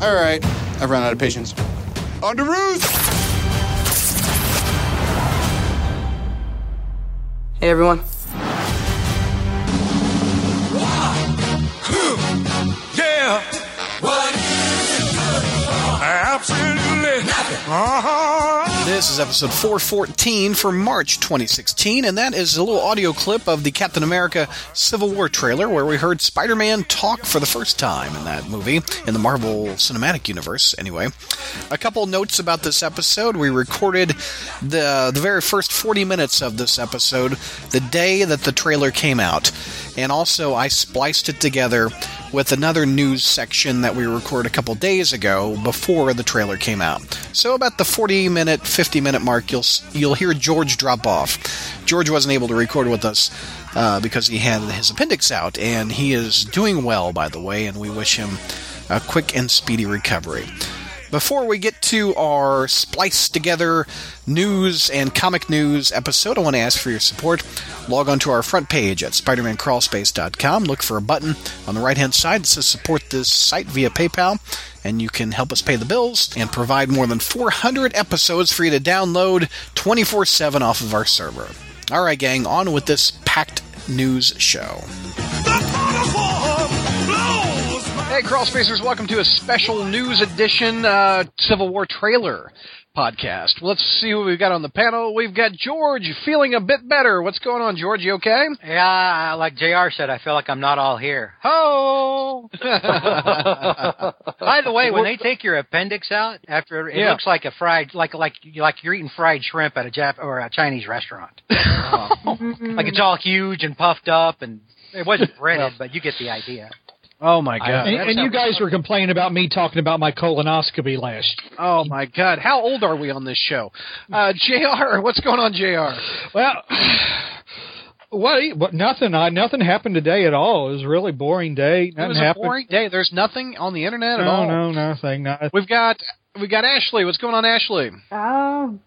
All right. I've run out of patience. On to Ruth! Hey, everyone. Yeah. What is it good for? Absolutely Uh-huh. This is episode 414 for March 2016, and that is a little audio clip of the Captain America Civil War trailer where we heard Spider Man talk for the first time in that movie, in the Marvel Cinematic Universe, anyway. A couple notes about this episode. We recorded the, the very first 40 minutes of this episode the day that the trailer came out, and also I spliced it together with another news section that we recorded a couple days ago before the trailer came out. So about the 40 minute, 50 minute mark, you'll s- you'll hear George drop off. George wasn't able to record with us uh, because he had his appendix out, and he is doing well, by the way, and we wish him a quick and speedy recovery. Before we get to our spliced together news and comic news episode, I want to ask for your support. Log on to our front page at spidermancrawlspace.com. Look for a button on the right hand side that says support this site via PayPal, and you can help us pay the bills and provide more than 400 episodes for you to download 24 7 off of our server. All right, gang, on with this packed news show. The uniform blows my Hey, Crawlspacers, welcome to a special news edition uh, Civil War trailer podcast. Let's see who we've got on the panel. We've got George feeling a bit better. What's going on, George? You okay? Yeah, like JR said, I feel like I'm not all here. Ho! By the way, when they take your appendix out after it Yeah. looks like a fried like like like you're eating fried shrimp at a Jap or a Chinese restaurant. Um, like it's all huge and puffed up and it wasn't breaded, but you get the idea. Oh, my God. And, and you guys were complaining about me talking about my colonoscopy last. oh, my God. How old are we on this show? Uh, JR, what's going on, JR? Well, what? What? Nothing. I nothing happened today at all. It was a really boring day. Nothing It was a happened. boring day. There's nothing on the internet at no, all. no, nothing. Not, We've got. We got Ashley. What's going on, Ashley?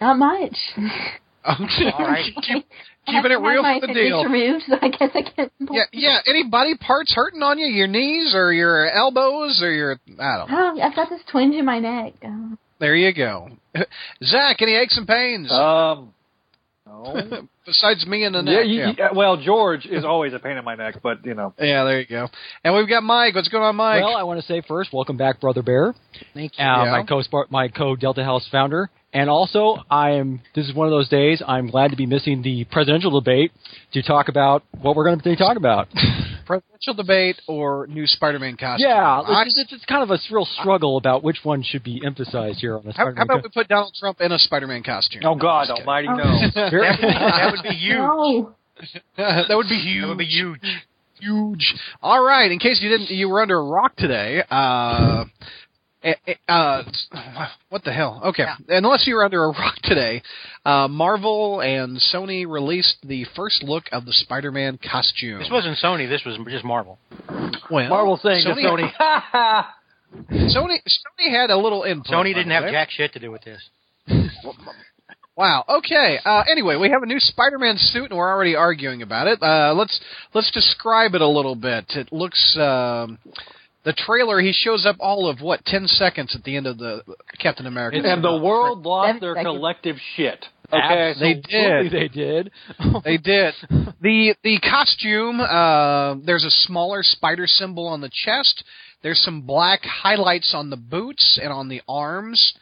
Oh, not much. All right. keep, I keeping it haven't had real my for the appendix deal. Removed, so I guess I can't. Yeah, yeah. Any body parts hurting on you? Your knees or your elbows or your I don't know. Oh, I've got this twinge in my neck. Oh. There you go. Zach, any aches and pains Um, no. besides me and the yeah, neck? you, Yeah, uh, you- well, George is always a pain in my neck, but you know. Yeah, there you go. And we've got Mike. What's going on, Mike? well, I want to say first, welcome back, brother Bear, uh, Thank my co my co Delta House founder, and also I am. This is one of those days I'm glad to be missing the presidential debate to talk about what we're going to be talking about. Presidential debate or new Spider-Man costume? yeah, I- it's, it's, it's kind of a real struggle about which one should be emphasized here on the how, how Spider-Man about we put Donald Trump in a Spider-Man costume? Oh God, just kidding. Almighty, Oh. no. co- That would be, that would be huge. No. that would be huge. That would be huge. Huge. All right. In case you didn't, you were under a rock today. Uh, eh, eh, uh, what the hell? Okay. Unless you were under a rock today, uh, Marvel and Sony released the first look of the Spider-Man costume. This wasn't Sony. This was just Marvel. Well, Marvel saying to Sony- Sony, ha ha. Sony. Sony had a little input. by Sony didn't the have way. jack shit to do with this. Wow. Okay. Uh, anyway, we have a new Spider-Man suit, and we're already arguing about it. Uh, let's let's describe it a little bit. It looks um, the trailer. He shows up all of what ten seconds at the end of the Captain America. And the world lost their Seven seconds. collective shit. Okay, costume. so They Absolutely did. They They did. did the the costume. Uh, there's a smaller spider symbol on the chest. There's some black highlights on the boots and on the arms.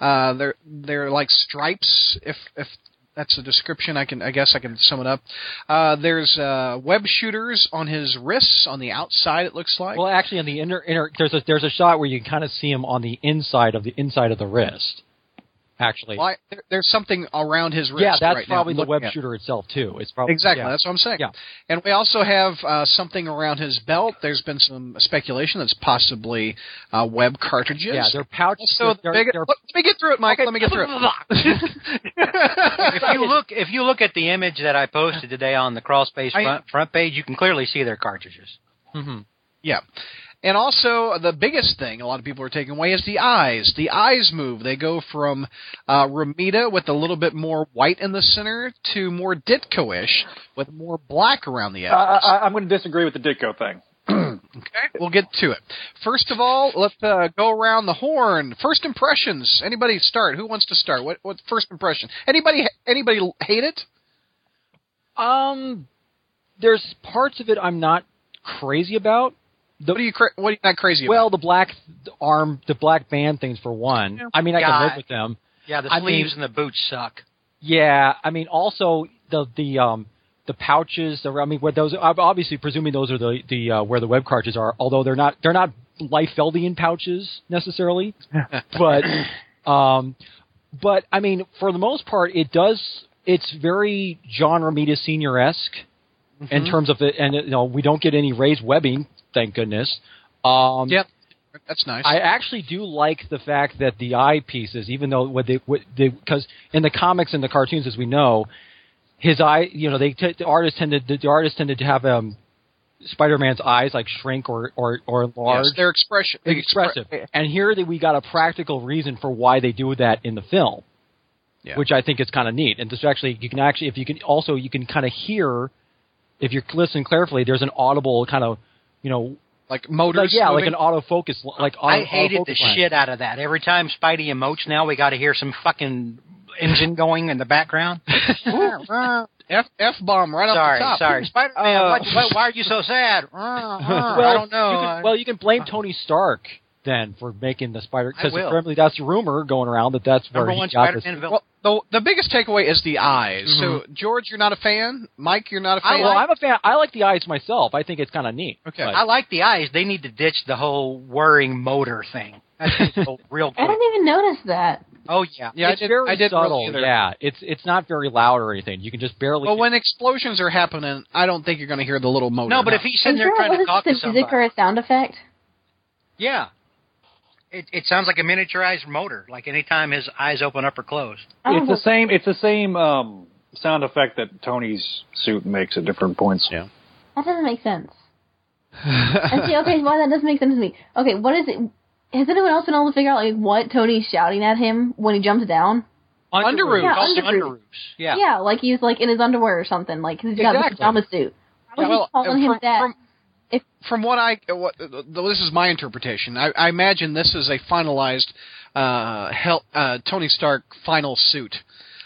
Uh, they're they're like stripes. If if that's a description, I can I guess I can sum it up. Uh, there's uh, web shooters on his wrists on the outside. It looks like. Well, actually, on the inner inner there's a there's a shot where you can kind of see him on the inside of the inside of the wrist. Actually, Why- there- there's something around his wrist. yeah, that's right now. probably the Look web at it. shooter itself too. It's probably Exactly, yeah. that's what I'm saying. Yeah. And we also have uh, something around his belt. There's been some speculation that's possibly uh, web cartridges. Yeah, they're pouches. so the they're, big, they're- let me get through it, Mike. Let me get through it. If you look, if you look at the image that I posted today on the crawl space I- front, front page, you can clearly see their cartridges. Mhm. yeah. And also, the biggest thing a lot of people are taking away is the eyes. The eyes move. They go from uh, Ramita with a little bit more white in the center to more Ditko-ish with more black around the I, edges. I, I'm going to disagree with the Ditko thing. Okay, we'll get to it. First of all, let's uh, go around the horn. First impressions. Anybody start? Who wants to start? What what first impression? Anybody anybody hate it? Um, there's parts of it I'm not crazy about. The, What are you cra- what are you not crazy about? well, the black th- arm, the black band things for one. I mean, I can God. live with them. Yeah, the I sleeves mean- and the boots suck. Yeah, I mean, also the the um the pouches. The, I mean, what those? I'm obviously presuming those are the the uh, where the web cartridges are. Although they're not they're not Liefeldian pouches necessarily, but um, but I mean, for the most part, it does. It's very John Romita Senior esque in terms of the and you know we don't get any raised webbing, thank goodness. Um, Yep. That's nice. I actually do like the fact that the eye pieces, even though what they what they because in the comics and the cartoons, as we know, his eye, you know, they t- the artists tended the artists tended to have um Spider-Man's eyes like shrink or or or enlarge. yes, their expression It's expressive. And here that we got a practical reason for why they do that in the film, Yeah. which I think is kind of neat. And this actually, you can actually, if you can, also you can kind of hear if you're listening carefully. There's an audible kind of, you know, like motors. like yeah, like moving. an autofocus, like auto, I hated the autofocus line. shit out of that. Every time Spidey emotes, now we got to hear some fucking engine going in the background. F F bomb right sorry, off the top. sorry, Oh. Spider Man. Oh. Uh, what, what, why are you so sad? Uh, uh, I don't know. You can, well, you can blame Tony Stark then for making the Spider because will. apparently that's a rumor going around that that's where number he one got Spider this. Man villain. Well, the the biggest takeaway is the eyes. So George, you're not a fan. Mike, you're not a I, fan. well, I'm a fan. I like the eyes myself. I think it's kind of neat. Okay. but- I like the eyes. They need to ditch the whole whirring motor thing. That's real I quick. didn't even notice that. Oh yeah. yeah, I it's did, very I did subtle. really either. yeah, it's it's not very loud or anything. You can just barely. But when explosions are happening, I don't think you're going to hear the little motor. No, but if he's I'm sitting there sure trying to it was talk to just a music or somebody, a sound effect. yeah, it it sounds like a miniaturized motor. Like anytime his eyes open up or close. I don't It's the know. same. It's the same um, sound effect that Tony's suit makes at different points. Yeah. That doesn't make sense. and see, okay, why that doesn't make sense to me. Okay, what is it? Has anyone else been able to figure out like what Tony's shouting at him when he jumps down? Underoos. Yeah, also underoos. underoos. Yeah. Yeah, like he's like in his underwear or something. Like 'cause he's got Exactly. the pajama suit. Why would well, he calling him from, that? From, If- from what I, what, though this is my interpretation. I, I imagine this is a finalized uh, hel- uh, Tony Stark final suit.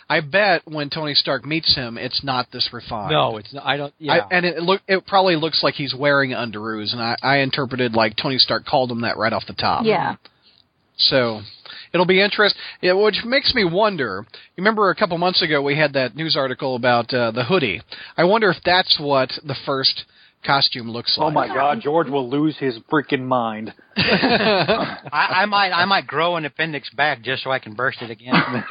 I bet when Tony Stark meets him, it's not this refined. no, it's not, I don't. Yeah, I, and it look it probably looks like he's wearing underoos, and I, I interpreted like Tony Stark called him that right off the top. yeah, So it'll be interesting, which makes me wonder. You remember a couple months ago we had that news article about uh, the hoodie. I wonder if that's what the first costume looks like. Oh my God, George will lose his freaking mind. I, I might I might grow an appendix back just so I can burst it again.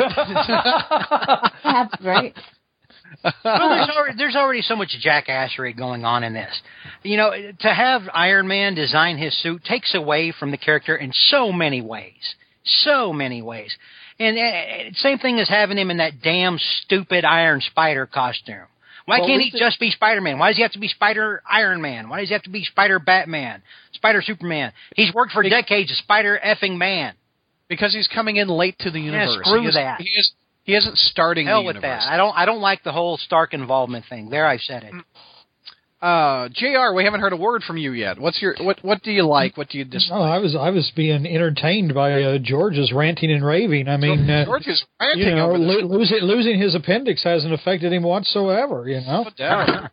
it happens, right? well, there's already there's already so much jackassery going on in this. You know, to have Iron Man design his suit takes away from the character in so many ways, so many ways. And uh, same thing as having him in that damn stupid Iron Spider costume. Why Well, can't we he should- just be Spider Man? Why does he have to be Spider Iron Man? Why does he have to be Spider Batman? Spider Superman? He's worked for decades as Spider effing Man. Because he's coming in late to the universe. screw he is, that. He is. He isn't starting Hell the with universe. that. I don't I don't like the whole Stark involvement thing. There I said it. Uh, Jr. We haven't heard a word from you yet. What's your what? What do you like? What do you dislike? No, Oh, I was I was being entertained by uh, George's ranting and raving. I mean, uh, George is you ranting know, over this. lo- losing losing his appendix hasn't affected him whatsoever. You know, Put down.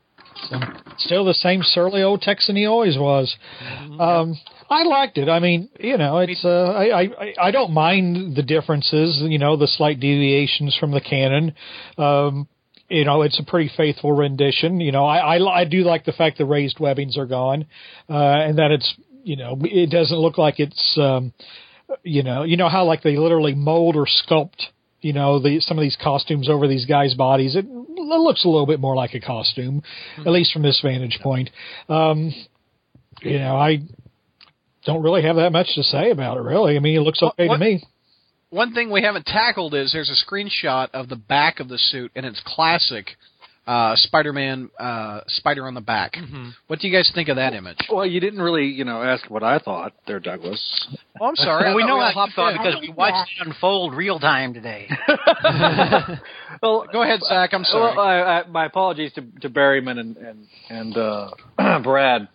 still the same surly old Texan he always was. Mm-hmm. Um, I liked it. I mean, you know, it's uh, I, I I- I don't mind the differences. You know, the slight deviations from the canon. Um, you know, it's a pretty faithful rendition. You know, I I, li- I do like the fact the raised webbings are gone, uh, and that it's you know it doesn't look like it's um, you know you know how like they literally mold or sculpt you know the some of these costumes over these guys' bodies. It, l- looks a little bit more like a costume, Mm-hmm. at least from this vantage point. Um, you know, I don't really have that much to say about it. Really, I mean, it looks okay what- to me. One thing we haven't tackled is there's a screenshot of the back of the suit, and it's classic uh, Spider-Man uh, spider on the back. Mm-hmm. What do you guys think of that image? Well, you didn't really, you know, ask what I thought there, Douglas. Oh, I'm sorry. I we thought know all how you hopped thought in. because we watched it unfold real time today. Well, Go ahead, Zach. I'm sorry. Well, I, I, my apologies to, to Berryman and and, and uh, Brad,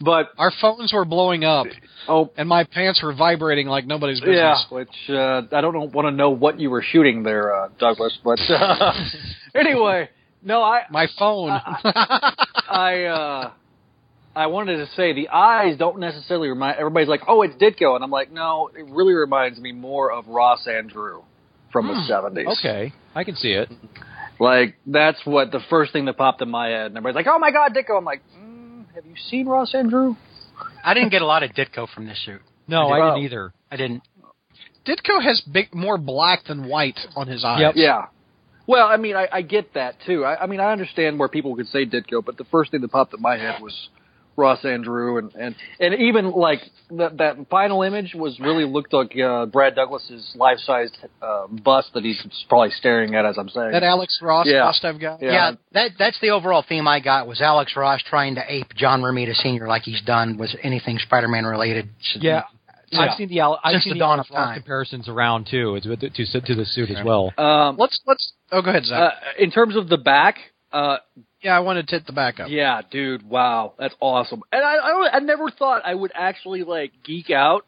But Our phones were blowing up, oh and my pants were vibrating like nobody's business. yeah, which uh, I don't want to know what you were shooting there, uh, Douglas. But uh, anyway, no, I My phone. I uh, I wanted to say the eyes don't necessarily remind everybody's like, oh, it's Ditko, and I'm like, no, it really reminds me more of Ross Andrew from Hmm, the seventies. Okay, I can see it. like that's what the first thing that popped in my head, and everybody's like, oh my god, Ditko. I'm like, mm, have you seen Ross Andrew? I didn't get a lot of Ditko from this suit. No, I Wow. didn't either. I didn't. Ditko has big, more black than white on his eyes. Yep. Yeah. Well, I mean, I, I get that too. I, I mean, I understand where people could say Ditko, but the first thing that popped in my head was Ross Andrew, and and and even like that that final image was really looked like uh, Brad Douglas's life sized uh, bust that he's probably staring at as I'm saying. That Alex Ross Yeah. Rostov guy. yeah. Yeah, that that's the overall theme I got was Alex Ross trying to ape John Romita Sr. like he's done with anything Spider-Man related. since- Yeah. I've seen the Al- I've Since seen the dawn Alex of Ross time. comparisons around too. It's with the, to to the suit as well. Um, Let's let's. Oh, go ahead, Zach. uh, in terms of the back, uh, yeah, I wanted to hit the back up. Yeah, dude, wow, that's awesome. And I, I, don't, I never thought I would actually like geek out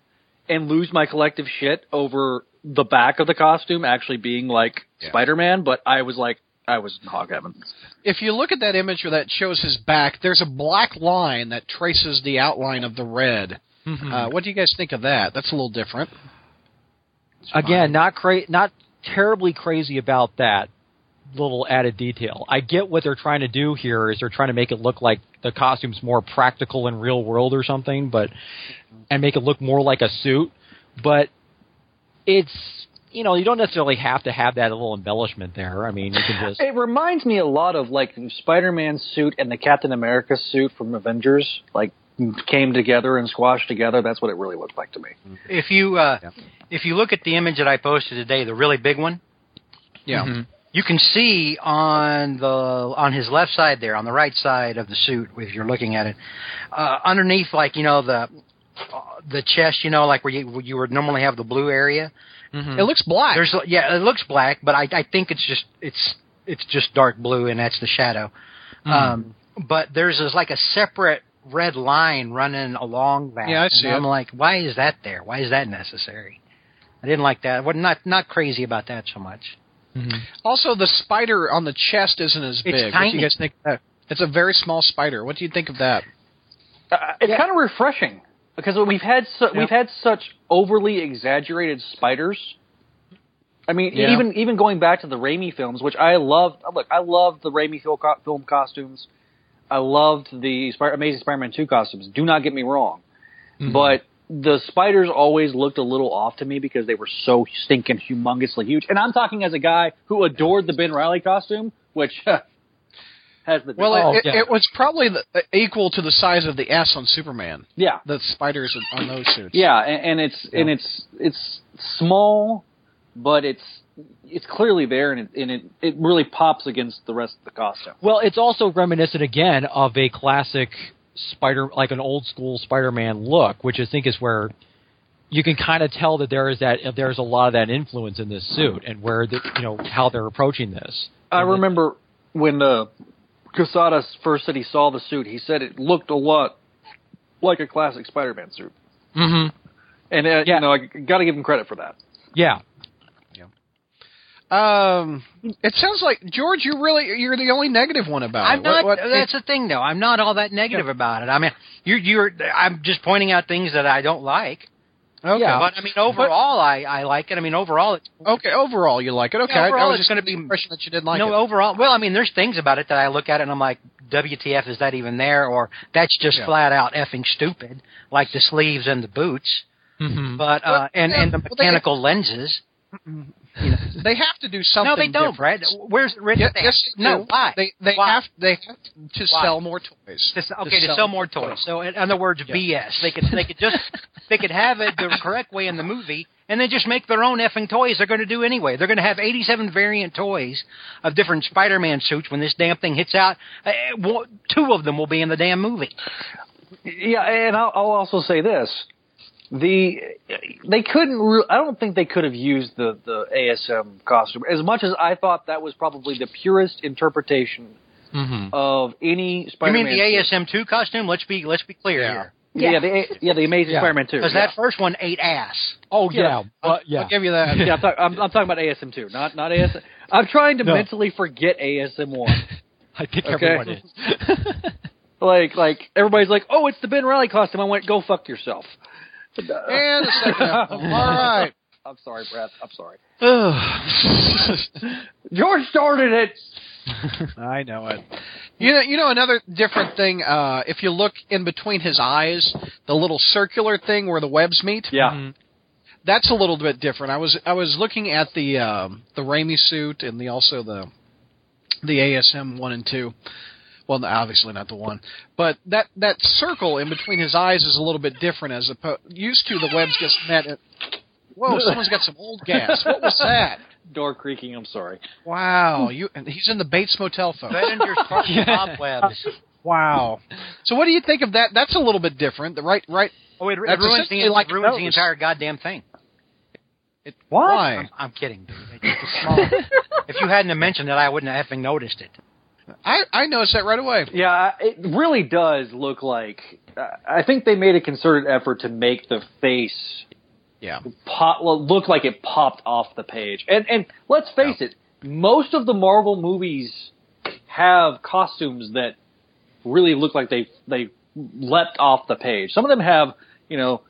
and lose my collective shit over the back of the costume actually being like Spider-Man, but I was like, I was in hog heaven. If you look at that image where that shows his back, there's a black line that traces the outline of the red. Uh, what do you guys think of that? That's a little different. Again, not cra- not terribly crazy about that little added detail. I get what they're trying to do here is they're trying to make it look like the costume's more practical and real world or something, but and make it look more like a suit, but it's you know, you don't necessarily have to have that little embellishment there. I mean, you can just It reminds me a lot of like the Spider-Man suit and the Captain America suit from Avengers, like came together and squashed together. That's what it really looked like to me. If you uh, if you look at the image that I posted today, the really big one, Yeah. Mm-hmm. you can see on the on his left side there, on the right side of the suit, if you're looking at it, uh, underneath, like you know the uh, the chest, you know, like where you where you would normally have the blue area. It looks black. There's yeah, it looks black, but I I think it's just it's it's just dark blue, and that's the shadow. Mm-hmm. Um, but there's this, like a separate red line running along that. Yeah, I and see I'm it. like, why is that there? Why is that necessary? I didn't like that. Well, not not crazy about that so much. also, the spider on the chest isn't as big. What do tiny. you guys think? Of that? It's a very small spider. What do you think of that? Uh, it's kind of refreshing because we've had su- we've had such overly exaggerated spiders. I mean, Yeah. even even going back to the Raimi films, which I loved. Look, I loved the Raimi fil- co- film costumes. I loved the Spir- Amazing Spider-Man two costumes. Do not get me wrong, Mm-hmm. but the spiders always looked a little off to me because they were so stinking humongously huge. And I'm talking as a guy who adored the Ben Riley costume, which has the Well, Oh, it, it, yeah. it was probably the, uh, equal to the size of the S on Superman. yeah. The spiders on those suits. Yeah, and, and it's and it's it's small, but it's it's clearly there, and it and it, it really pops against the rest of the costume. Well, it's also reminiscent again of a classic Spider, like an old school Spider-Man look, which I think is where you can kind of tell that there is that there's a lot of that influence in this suit and where the, you know how they're approaching this. I remember when uh, Casada first said he saw the suit, he said it looked a lot like a classic Spider-Man suit. Mm-hmm. And uh, Yeah. you know, I got to give him credit for that. Yeah, Um, it sounds like George, you really you're the only negative one about I'm it. not. What- what- that's the thing, though. I'm not all that negative about it. I mean, you're you're. I'm just pointing out things that I don't like. okay. yeah. But I mean, overall, I I like it. I mean, overall, it's Okay, overall you like it. Okay, I- I overall was it's just gonna under the be- impression that you didn't like no it. overall. Well, I mean, there's things about it that I look at it and I'm like, WTF is that even there? Or that's just Yeah. flat out effing stupid, like the sleeves and the boots. Mm-hmm. But uh, and and the Well, they- mechanical lenses. They have to do something. No, they don't, different. Brad. Where's written Yeah, there? yes, they no, do. why? They they Why? have they have to Why? sell more toys. To s- okay, to sell, more toys. So, in other words, BS. They could they could just they could have it the correct way in the movie, and then just make their own effing toys. They're going to do anyway. They're going to have eighty-seven variant toys of different Spider-Man suits when this damn thing hits out. Uh, well, two of them will be in the damn movie. Yeah, and I'll, I'll also say this: the they couldn't. Re- I don't think they could have used the the ASM costume as much as I thought that was probably the purest interpretation Mm-hmm. of any You Spider-Man. mean the suit. ASM2 costume? Let's be let's be clear here. Yeah, yeah, the, yeah, the Amazing Yeah. Spider-Man two. Because yeah. that first one ate ass. Oh Yeah. yeah, but yeah. I'll give you that. yeah, I'm, talk- I'm, I'm talking about ASM two, not not ASM. I'm trying to No. mentally forget ASM one. I think Okay. everyone is. like like everybody's like, oh, it's the Ben Riley costume. I went, go fuck yourself. And the second one. All right. I'm sorry, Brad. I'm sorry. George started it. I know it. You know, you know another different thing. Uh, if you look in between his eyes, the little circular thing where the webs meet. Yeah. Mm-hmm. that's a little bit different. I was I was looking at the um, the Raimi suit and the also the the ASM one and two. Well, no, obviously not the one, but that that circle in between his eyes is a little bit different as opposed. Used to the webs gets met. At, whoa, someone's got some old gas. What was that? Door creaking. I'm sorry. Hmm. Wow, you and he's in the Bates Motel, folks. Benninger's fucking cobwebs. Wow. So what do you think of that? That's a little bit different. The right, right. Oh, it, it That's ruins the essentially like ruins those. the entire goddamn thing. What? I'm, I'm kidding, dude. It's just a small. if you hadn't have mentioned it, I wouldn't have effing noticed it. I I noticed that right away. Yeah, I- it really does look like. I I think they made a concerted effort to make the face Yeah. pop, well, look like it popped off the page. And and let's face it, most of the Marvel movies have costumes that really look like they they leapt off the page. Some of them have, you know,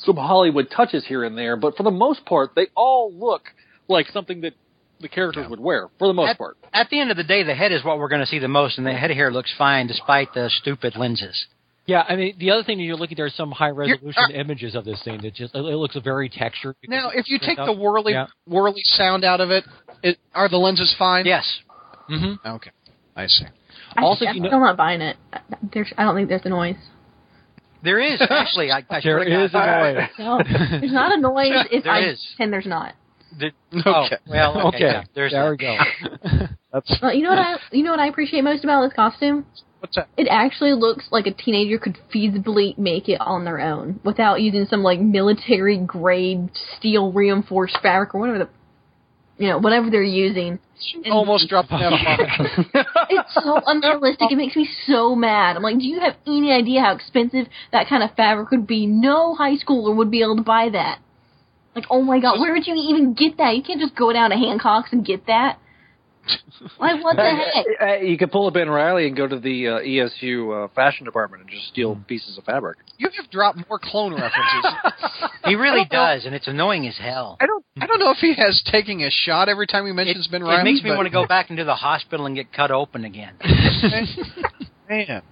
some Hollywood touches here and there, but for the most part, they all look like something that the characters would wear for the most At, part. at the end of the day, the head is what we're going to see the most, and the head here looks fine despite the stupid lenses. yeah, I mean the other thing that you're looking there are some high resolution uh, images of this thing that just it looks very textured. because Now, it's if you straight take up. the whirly Yeah. whirly sound out of it, it, are the lenses fine? Yes, Okay, I see. I, Also, I'm you know- still not buying it. There's, I don't think there's a noise. there is actually. I, I there swear to is God. a noise. No, there's not a noise. If There I is. pretend there's not. Oh, Okay. well, okay. Okay, yeah, there's there we that. go. Uh, you know what I? You know what I appreciate most about this costume? What's that? It actually looks like a teenager could feasibly make it on their own without using some like military grade steel reinforced fabric or whatever the, you know, whatever they're using. And Almost dropped an F It's so unrealistic. It makes me so mad. I'm like, do you have any idea how expensive that kind of fabric would be? No high schooler would be able to buy that. Like, oh my god, where would you even get that? You can't just go down to Hancock's and get that. Like, what the heck? Uh, You could pull a Ben Riley and go to the uh, ESU uh, fashion department and just steal Mm. pieces of fabric. You have dropped more clone references. He really does, and it's annoying as hell. I don't. I don't know if he has taking a shot every time he mentions Ben Riley. it makes me but- want to go back into the hospital and get cut open again. Man.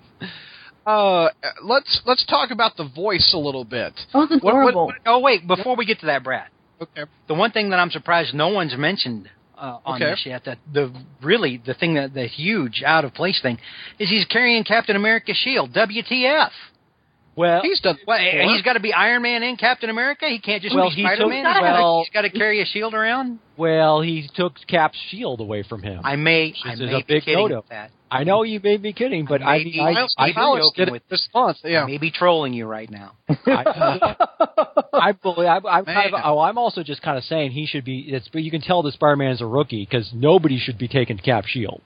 Uh, let's let's talk about the voice a little bit. Oh, it's What- what- adorable. what- oh wait, before we get to that, Brad, okay. the one thing that I'm surprised no one's mentioned uh, on Okay. this yet, that the really the thing that the huge out of place thing is he's carrying Captain America's shield. WTF? Well, He's done. Well, he's got to be Iron Man and Captain America. He can't just Well, be he took- Spider Man. He's gotta- well- he's got to carry a shield around. well, he took Cap's shield away from him. I may, I is may a be big kidding no-no. with that. I know you may be kidding, but I mean, Maybe I, Miles I, Morales I, did did it it this month. I Yeah. may be trolling you right now. I, I believe. I, I'm kind of, Man. oh, I'm also just kind of saying he should be. It's, but you can tell that Spider-Man is a rookie because nobody should be taking Cap Shield.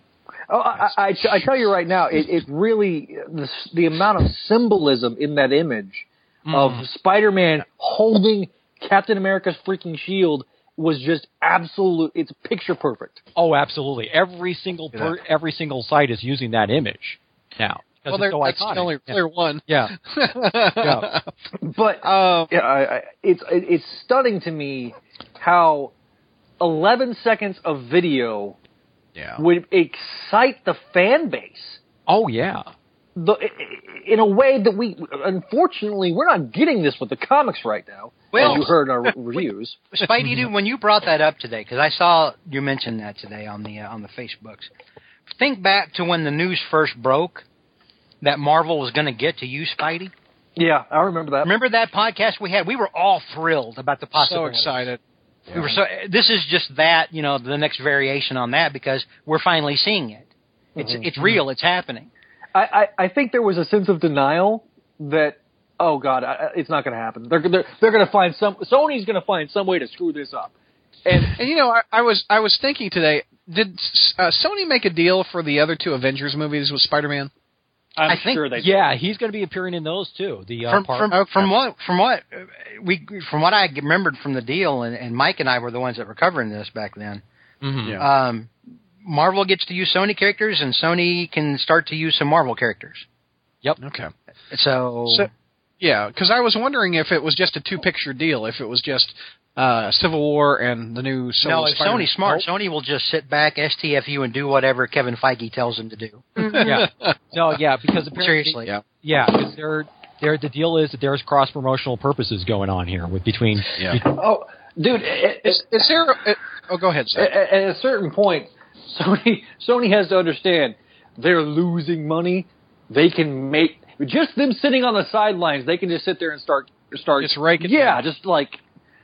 Oh, I, I, I- I tell you right now, it, it really the, the amount of symbolism in that image Hmm. of Spider-Man holding Captain America's freaking shield was just absolute. It's picture perfect. Oh, absolutely. Every single per, every single site is using that image now. 'cause Well, it's there, so that's iconic. the only clear one. yeah. yeah. But Um, yeah, I, I, it's it, it's stunning to me how 11 seconds of video yeah. would excite the fan base. Oh yeah. The, in a way that we, unfortunately, we're not getting this with the comics right now. Well- as you heard in our reviews. Spidey, dude, when you brought that up today, because I saw you mentioned that today on the uh, on the Facebooks. Think back to when the news first broke that Marvel was going to get to you, Spidey. Yeah, I remember that. Remember that podcast we had? We were all thrilled about the So possibility. excited. We were so. This is just that you know the next variation on that because we're finally seeing it. It's Mm-hmm. it's real. It's happening. I, I, I think there was a sense of denial that, oh God, I, I- it's not going to happen. They're, they're, they're going to find some, Sony's going to find some way to screw this up. And And you know, I, I was I was thinking today, did s- uh, Sony make a deal for the other two Avengers movies with Spider-Man? I'm I think- sure they Yeah, he's going to be appearing in those too. The uh, from, part- from, Okay. from what from what uh, we from what I remembered from the deal, and, and Mike and I were the ones that were covering this back then. Mhm. Yeah. Um, Marvel gets to use Sony characters, and Sony can start to use some Marvel characters. Okay. So, So- Yeah, because I was wondering if it was just a two-picture deal, if it was just uh, Civil War and the new Solo no, if Spider-Man. Sony's smart, Sony will just sit back, STFU, and do whatever Kevin Feige tells them to do. yeah. No, yeah, because apparently, Seriously, Yeah. yeah, because there, there, the deal is that there's cross promotional purposes going on here with between. Yeah. Oh, dude, it, it, Is, is there? A, oh, go ahead, Zach. at, at a certain point, Sony Sony has to understand they're losing money. They can make just them sitting on the sidelines. They can just sit there and start start. Just rake it Yeah, down. just like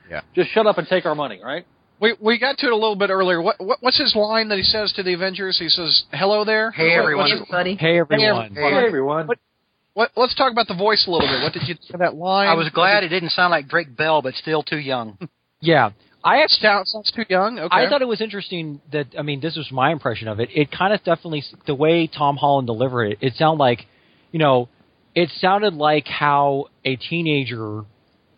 Yeah. just shut up and take our money, right? We we got to it a little bit earlier. What, what what's his line that he says to the Avengers? He says, "Hello there." Hey, What- everyone. what's- buddy. Hey everyone. Hey, Hey, everyone. What, let's talk about the voice a little bit. What did you think of that line? I was glad it didn't sound like Drake Bell, but still too young. Yeah, I actually. Sounds, sounds too young. Okay. I thought it was interesting that I mean, this was my impression of it. It kind of definitely the way Tom Holland delivered it. It sounded like, you know, it sounded like how a teenager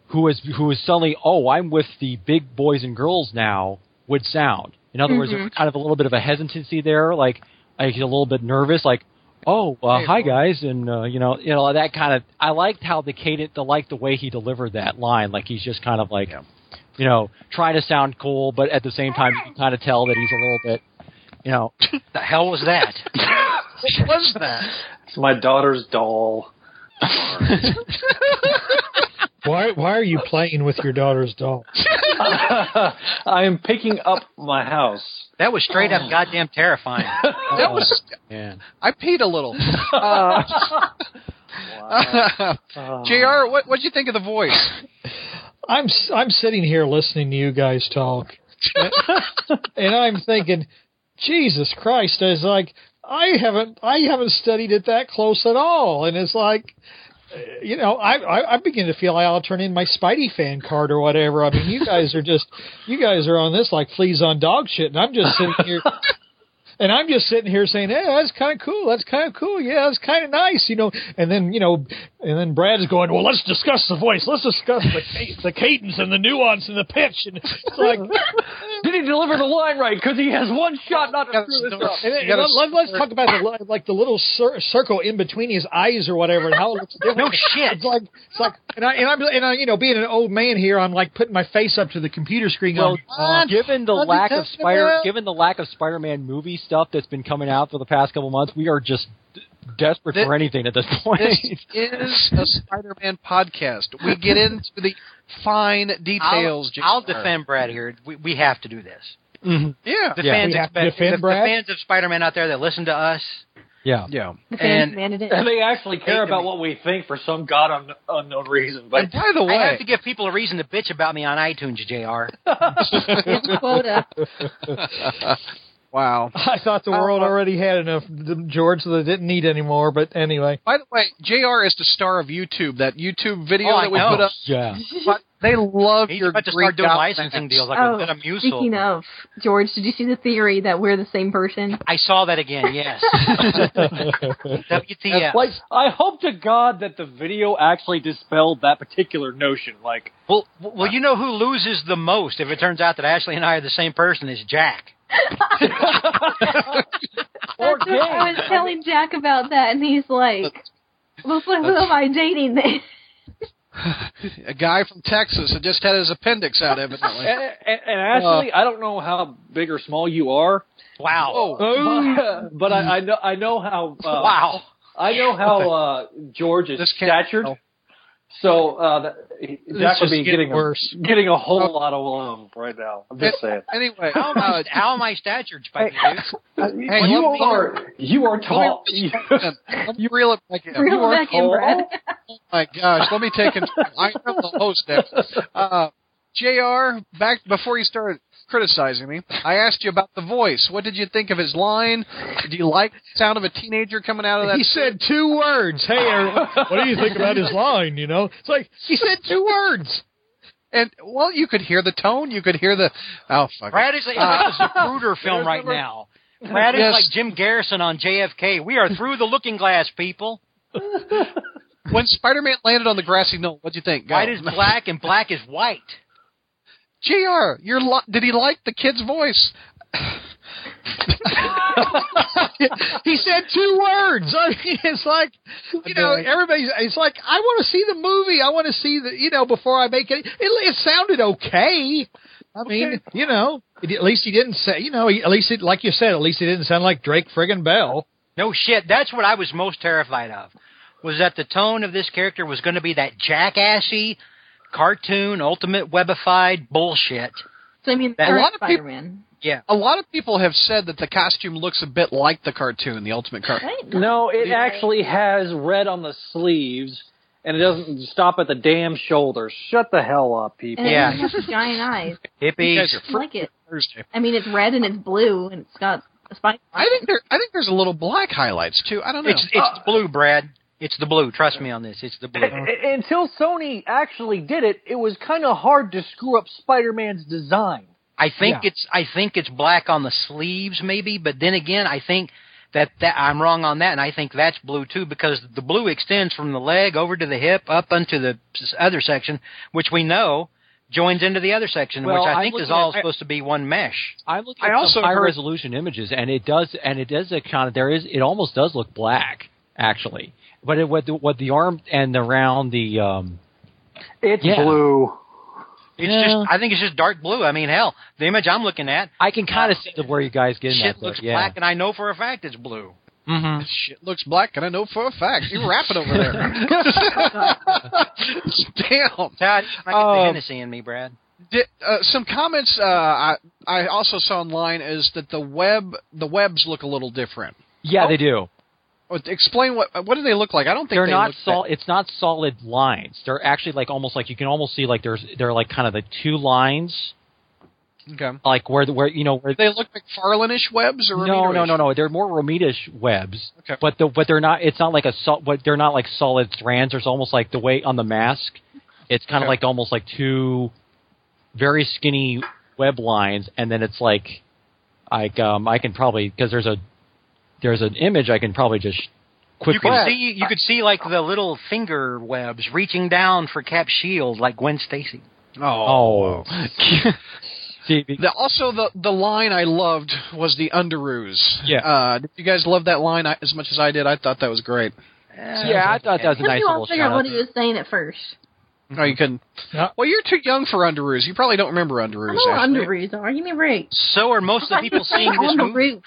who was who was suddenly, oh, I'm with the big boys and girls now, would sound. In other words, there was kind of a little bit of a hesitancy there, like like he's a little bit nervous, like. Oh, uh, hi guys, and uh, you know, you know that kind of. I liked how the cadence, the like the way he delivered that line. Like he's just kind of like, you know, trying to sound cool, but at the same time, you can kind of tell that he's a little bit, you know, the hell was that? what was that? It's my daughter's doll. Why why are you playing with your daughter's doll? I am picking up my house. That was straight up goddamn terrifying. That was. man. I peed a little. Uh, Jr. What what'd you think of the voice? I'm s- I'm sitting here listening to you guys talk, and I'm thinking, Jesus Christ! It's like I haven't I haven't studied it that close at all, and it's like, uh, you know, I I, I begin to feel like I'll turn in my Spidey fan card or whatever. I mean, you guys are just you guys are on this like fleas on dog shit, and I'm just sitting here. And I'm just sitting here saying, "Hey, that's kind of cool. That's kind of cool. Yeah, that's kind of nice, you know." And then, you know, and then Brad's going, "Well, let's discuss the voice. Let's discuss the ca- the cadence and the nuance and the pitch." And it's like, Did he deliver the line right? Because he has one shot not to screw this up. and then- and let, us talk about the li- like the little cir- circle in between his eyes or whatever, and how it looks different. No shit. It's like it's like, and I and I'm and I, you know, being an old man here, I'm like putting my face up to the computer screen. Well, going, "Oh, "What? given the What are you lack of talking Spider, about?" given the lack of Spider-Man movie stuff that's been coming out for the past couple months, we are just d- desperate Thi- for anything at this point. This is a Spider-Man podcast. We get into the fine I'll, details. JR. I'll defend Brad here. We, we have to do this. Yeah. The Yeah. fans We have to expect- defend the- the Brad? fans of Spider-Man out there that listen to us. yeah, Yeah. The fans And- demanded it. And they actually care about what we think for some god un- unknown reason. But And by the I have way, to give people a reason to bitch about me on iTunes, Jr. It's quota. wow. I thought the world already had enough d- George that they didn't need anymore. But anyway, By the way, Jr. is the star of YouTube. That YouTube video Oh, I that we know. put up. yeah. But they love He's your about to Greek start doing god licensing thanks. deals like Oh, a, a musel. speaking of George, did you see the theory that we're the same person? I saw that again. Yes. WTF? Like, I hope to God that the video actually dispelled that particular notion. Like, Well, well, you know who loses the most if it turns out that Ashley and I are the same person is Jack. That's what I was telling Jack about that, and he's like, "Well, who am I dating then?" A guy from Texas that just had his appendix out, evidently. and, and, and actually, I don't know how big or small you are, Wow. Oh, but, but I, I know I know how uh, Wow. I know how uh, George is This can't- statured. oh. So uh, that, Jack would just be getting getting worse. A, getting a whole lot of love right now. I'm just saying. Anyway, How am I, uh, how am I statured, Spike? Dude? hey, you let me- are you are tall. You, Let me reel it back in. Reel are back in, tall. Brad. my gosh, let me take control. I am the host now. Uh, JR, back before you started criticizing me, I asked you about the voice. What did you think of his line? Do you like the sound of a teenager coming out of that? he said two words. Hey, everyone, what do you think about his line? You know, it's like he said two words. and well, you could hear the tone. You could hear the oh fuck. it. Brad is like, it's like Uh, a Zapruder film right now. Brad is Yes. like Jim Garrison on JFK. We are through the looking glass, people. When Spider-Man landed on the grassy knoll, what'd you think? Go. White is black and black is white. Jr. You're li- did he like the kid's voice? he said two words. I mean, it's like you know, everybody's. It's like I want to see the movie. I want to see the you know before I make it. It, it sounded okay. I mean, you know, it- at least he didn't say, you know, he- at least it, like you said, at least he didn't sound like Drake friggin' Bell. No shit. That's what I was most terrified of. Was that the tone of this character was going to be that jackassy, cartoon, ultimate webified bullshit. So I mean, A Eric lot of peop- Spider-Man. Yeah. a lot of people have said that the costume looks a bit like the cartoon, the Ultimate Cartoon. Right? No, it actually has red on the sleeves, and it doesn't stop at the damn shoulder. Shut the hell up, people. And Yeah. it has giant eyes. You Hippies. guys are I like it. Thursday. I mean, it's red and it's blue and it's got a spike. I think there. I think there's a little black highlights too. I don't Oh, know. It's it's the blue, Brad. It's the blue. Trust me on this. It's the blue. A- Until Sony actually did it, it was kind of hard to screw up Spider-Man's design. I think it's I think it's black on the sleeves maybe, but then again I think that, that I'm wrong on that, and I think that's blue too because the blue extends from the leg over to the hip up onto the s- other section, which we know joins into the other section, Well, which I I'm think is looking all at- I- supposed to be one mesh. I'm looking at I also some high heard- resolution images, and it does, and it does a kind of there is it almost does look black actually, but it, what the, what the arm and around the um, It's Yeah. blue. It's Yeah. just I think it's just dark blue. I mean, hell, the image I'm looking at, I can kind of see the, where you guys get shit that. looks but, yeah. black, and I know for a fact it's blue. Mm-hmm. shit looks black, and I know for a fact you're rapping over there. Damn. Todd, I get the Um, Hennessy in me, Brad. Did, uh, some comments uh, I I also saw online is that the web the webs look a little different. Yeah, they do. Oh, Explain what what do they look like? I don't think They're they not look that- solid. It's not solid lines. They're actually like almost like you can almost see like there's they're like kind of the two lines Okay. like where the where you know where They look McFarlane-ish webs or no, no, Romita-ish? no, no. They're more Romita-ish webs, Okay. but the but they're not. It's not like a sol- but they're not like solid strands. There's almost like the way on the mask. It's kind of Okay. like almost like two very skinny web lines, and then it's like like um I can probably because there's a there's an image I can probably just You quickly. could see you could see like the little finger webs reaching down for Cap Shield, like Gwen Stacy. Oh, see, be- The, also, the the line I loved was the underoos. Yeah. Uh, did you guys love that line I, as much as I did? I thought that was great. yeah, I thought that was a Some nice people little all figure out shout what he was saying at first. No, you couldn't. Yeah. Well, you're too young for underoos. You probably don't remember I underoos. know what Ashley. underoos are. Give me a break. So are most of the people seeing this on the movie. roof.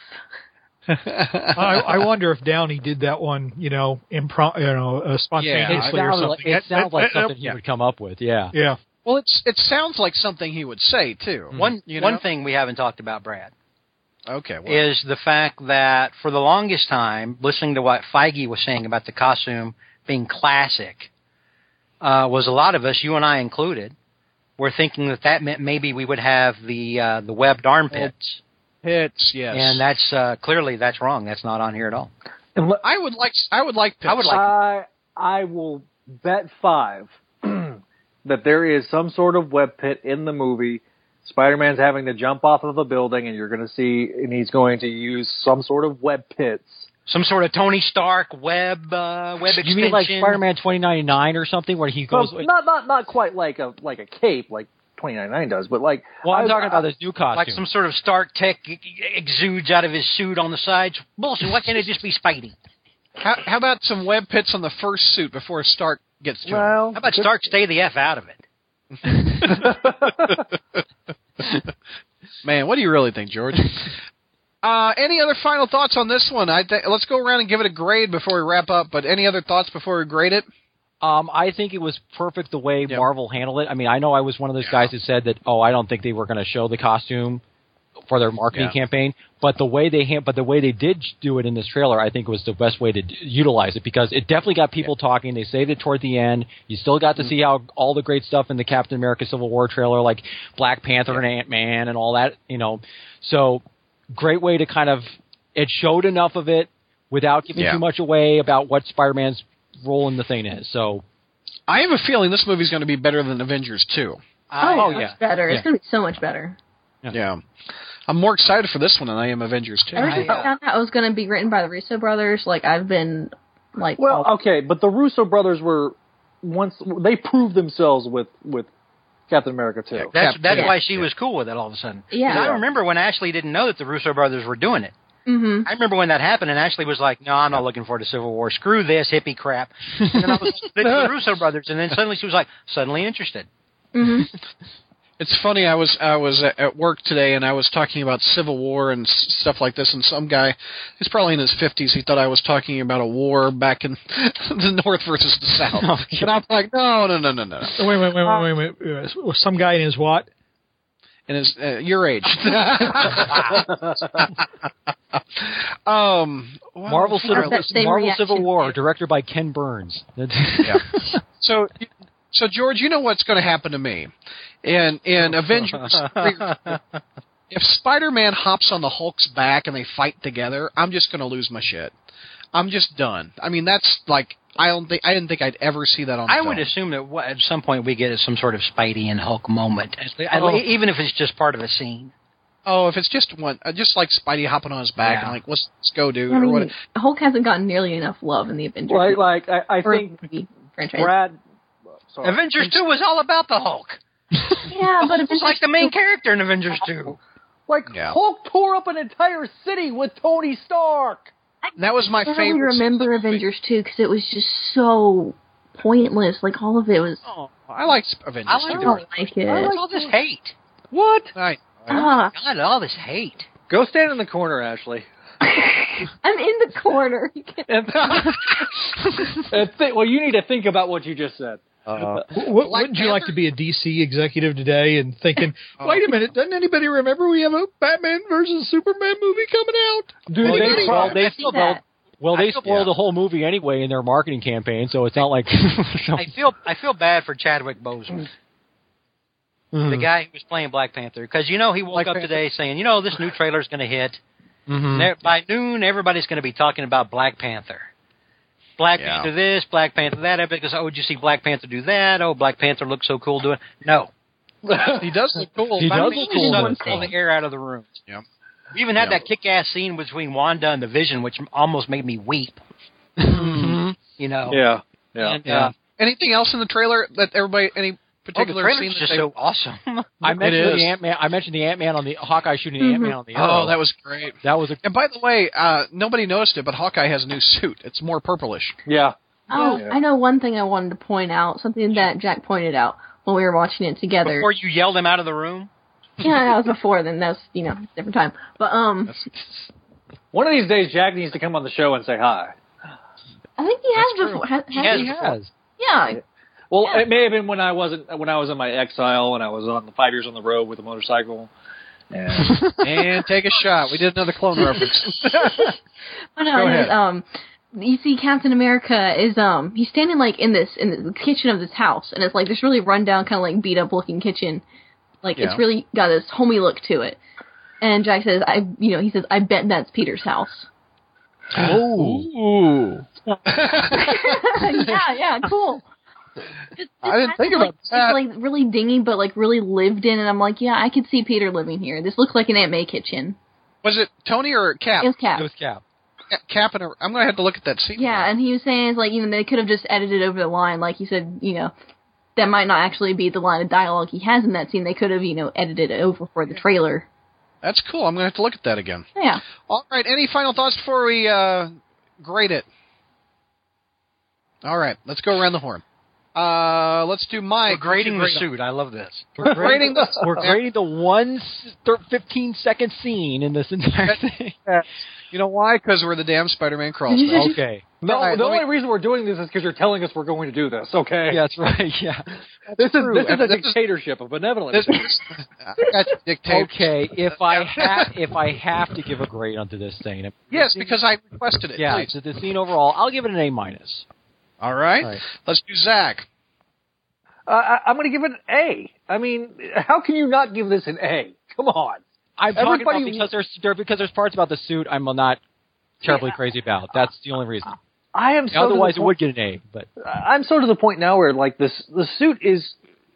I, I wonder if Downey did that one, you know, impromptu, you know, uh, It spontaneously or sounded like, something. it sounded like that- something he would come up with. Yeah. yeah. Well, it's it sounds like something he would say too. Mm-hmm. One You know? one thing we haven't talked about, Brad, Okay. Well, is the fact that for the longest time, listening to what Feige was saying about the costume being classic, uh, was a lot of us, you and I included, were thinking that that meant maybe we would have the uh, the webbed armpits, Hits. Yes. and that's uh, clearly that's wrong. That's not on here at all. I would like. I would like. Pits. I would like- I I will bet five that there is some sort of web pit in the movie. Spider-Man's having to jump off of a building, and you're going to see, and he's going to use some sort of web pits. Some sort of Tony Stark web uh, web You extension. mean like Spider-Man 2099 or something where he Well, goes? not not not quite like a like a cape like 2099 does, but like Well, I'm I- talking about his new costume. like some sort of Stark tech e- e- exudes out of his suit on the sides. Bullshit! Why can't it just be Spidey? How, how about some web pits on the first suit before Stark gets to him? Well, How about Stark stay the f out of it? Man, what do you really think, George? Uh, any other final thoughts on this one? I think let's go around and give it a grade before we wrap up. But any other thoughts before we grade it? Um, I think it was perfect the way Yeah. Marvel handled it. I mean, I know I was one of those guys who said that, oh, I don't think they were going to show the costume for their marketing Yeah. campaign, but the way they ha- but the way they did do it in this trailer, I think was the best way to d- utilize it because it definitely got people talking. They saved it toward the end. You still got to Mm-hmm. see how all the great stuff in the Captain America Civil War trailer, like Black Panther and Ant Man and all that, you know. So great way to kind of it showed enough of it without giving Yeah. too much away about what Spider Man's role in the thing is. So I have a feeling this movie's going to be better than Avengers 2. oh, oh, much yeah. better. Yeah. It's gonna be so much better. Yeah. I'm more excited for this one than I am Avengers 2. Ever since I found out it was gonna be written by the Russo brothers, like I've been like, Well, all- okay, but the Russo brothers were once they proved themselves with with Captain America too. That's Cap- that's yeah. why she was cool with it all of a sudden. 'Cause Yeah. I remember when Ashley didn't know that the Russo brothers were doing it. mhm. I remember when that happened, and Ashley was like, "No, I'm not looking forward to Civil War. Screw this hippie crap." And then I was like, "The Russo brothers," and then suddenly she was like, "Suddenly interested." It's funny. I was I was at- at work today, and I was talking about Civil War and s- stuff like this. And some guy, he's probably in his fifties, he thought I was talking about a war back in the North versus the South. and I'm like, no, no, no, no, no. Wait, wait, wait, wait, wait, wait, wait. Some guy in his what? And it's uh, your age. um, well, Marvel I Civil have that same Marvel reaction. Civil War, directed by Ken Burns. yeah. So, so George, you know what's going to happen to me in in Avengers. if Spider-Man hops on the Hulk's back and they fight together, I'm just going to lose my shit. I'm just done. I mean, that's like I don't think I didn't think I'd ever see that on. I film. would assume that wha- at some point we get some sort of Spidey and Hulk moment, at le- at le- even if it's just part of a scene. Oh, if it's just one, uh, just like Spidey hopping on his back, Yeah. and like let's, let's go, dude, I or what? mean, Hulk hasn't gotten nearly enough love in the Avengers Like, like I, I or think movie franchise. Brad. Sorry. Avengers Two was all about the Hulk. Yeah, but He's Avengers like the main character in Avengers Two. Like Yeah. Hulk tore up an entire city with Tony Stark. That was my I barely favorite. remember Avengers two because it was just so pointless. Like all of it was. Oh, I like Avengers. I I like too. don't like it. What's all this hate? What? Uh, I- Ah, God, all this hate. Go stand in the corner, Ashley, I'm in the corner. You can't- and, and thi- well, you need to think about what you just said. Uh-huh. W- w- wouldn't you like to be a DC executive today and thinking, wait a minute, doesn't anybody remember we have a Batman versus Superman movie coming out? Dude, Well, they, they- well, they I see spoiled, that. well, they I feel- spoiled yeah. the whole movie anyway in their marketing campaign, so it's not like. I feel I feel bad for Chadwick Boseman, Mm. the guy who was playing Black Panther, because you know he woke Mm-hmm. Black up Panther. Mm-hmm. today saying, you know, this new trailer's going to hit. Mhm. There- By noon, everybody's going to be talking about Black Panther. Black Yeah. Panther this, Black Panther that. Everybody goes, oh, did you see Black Panther do that? Oh, Black Panther looks so cool doing. No, he does look cool. He I does mean, look he's cool. done One pull the air out of the room. Yeah. We even had Yeah. that kick-ass scene between Wanda and the Vision, which almost made me weep. You know. Yeah, yeah. And, uh, Anything else in the trailer that everybody any oh, the particular scene trailer's that just they, so awesome. I mentioned is. the Ant Man. I mentioned the Ant Man on the Hawkeye shooting the Ant Man on the. Oh, that was great. that was a And by the way, uh, nobody noticed it, but Hawkeye has a new suit. It's more purplish. yeah. Oh, I know one thing I wanted to point out. Something that Jack pointed out when we were watching it together. Before you yelled him out of the room. yeah, that was before then. That was you know different time. But um, One of these days, Jack needs to come on the show and say hi. I think he has before. Has, has has he? before. has. Yeah. Well, Yeah. it may have been when I wasn't when I was in my exile and I was on the five years on the road with a motorcycle. And and take a shot. We did another clone reference. Oh, no, it is, um, you see, Captain America is um, he's standing like in this in the kitchen of this house, and it's like this really rundown, kind of like beat up looking kitchen. Like Yeah. it's really got this homey look to it. And Jack says, "I, you know," he says, "I bet that's Peter's house." Ooh. yeah, yeah, cool. I didn't think Like, about that. It's like really dingy, but like really lived in, and I'm like, yeah, I could see Peter living here. This looks like an Aunt May kitchen. Was it Tony or Cap? It was Cap. It was Cap. Ca- Cap and a, I'm gonna have to look at that scene. Yeah, and he was saying it's like you know they could have just edited over the line, like you said, you know, that might not actually be the line of dialogue he has in that scene. They could have you know edited it over for the trailer. That's cool. I'm gonna have to look at that again. Yeah, All right. Any final thoughts before we uh, grade it? All right. Let's go around the horn. Uh, let's do We're Mike. grading the What's your grade? suit. I love this. We're Grading the We're grading the one s- thir- 15 second scene in this entire thing. You know why? Because we're the damn Spider-Man crawlspace. Okay. no, All right, the let only me- reason we're doing this is because you're telling us we're going to do this. Okay. Yeah, that's right. Yeah. This is this is And a this is- dictatorship, a benevolent. This, dictatorship. I got you, Dick Tape. Okay. If I have if I have to give a grade onto this thing, Yes, because I requested it. yeah, please. so the scene overall, I'll give it an A minus. All right. All right. Let's do Zach. Uh, I, I'm going to give it an A. I mean, how can you not give this an A? Come on. I'm talking Everybody- about because there's there, because there's parts about the suit I'm not terribly crazy about. That's the only reason. I am so to the Otherwise, it point- would get an A. But I'm so to the point now where like this the suit is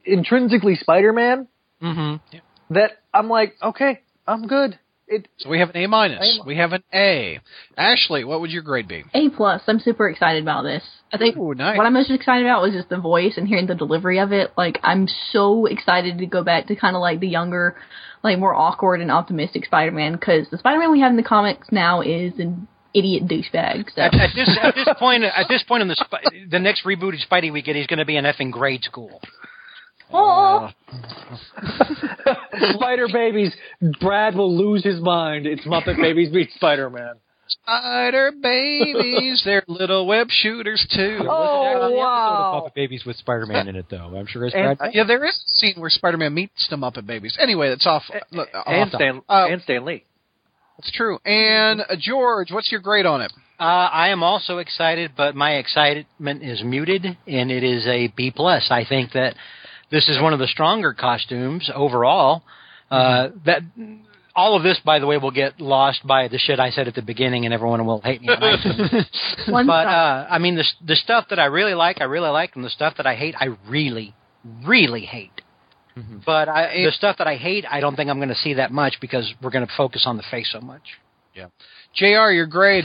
intrinsically Spider-Man Mm-hmm. that I'm like, okay, I'm good. It So we have an A minus. We have an A. Ashley, what would your grade be? A plus. I'm super excited about this. I think Ooh, nice. what I'm most excited about was just the voice and hearing the delivery of it. Like I'm so excited to go back to kind of like the younger, like more awkward and optimistic Spider-Man because the Spider-Man we have in the comics now is an idiot douchebag. So At, at this at this point at this point in the Sp- the next rebooted Spidey we get, he's going to be in effing grade school. Aw. Spider Babies, Brad will lose his mind. It's Muppet Babies meet Spider-Man. Spider babies, they're little web shooters too. Oh Muppet Babies with Spider-Man in it, though. I'm sure it's Brad. And- Yeah, there is a scene where Spider-Man meets the Muppet Babies. Anyway, that's off. Look, And off Stan, Uh, and Stan Lee. That's true. And uh, George, what's your grade on it? Uh, I am also excited, but my excitement is muted, and it is a B plus. I think that this is one of the stronger costumes overall. Uh, that all of this, by the way, will get lost by the shit I said at the beginning, and everyone will hate me. on iTunes. One but star. uh, I mean, the the stuff that I really like, I really like, and the stuff that I hate, I really, really hate. Mm-hmm. But I, the stuff that I hate, I don't think I'm going to see that much because we're going to focus on the face so much. Jr. Your grade?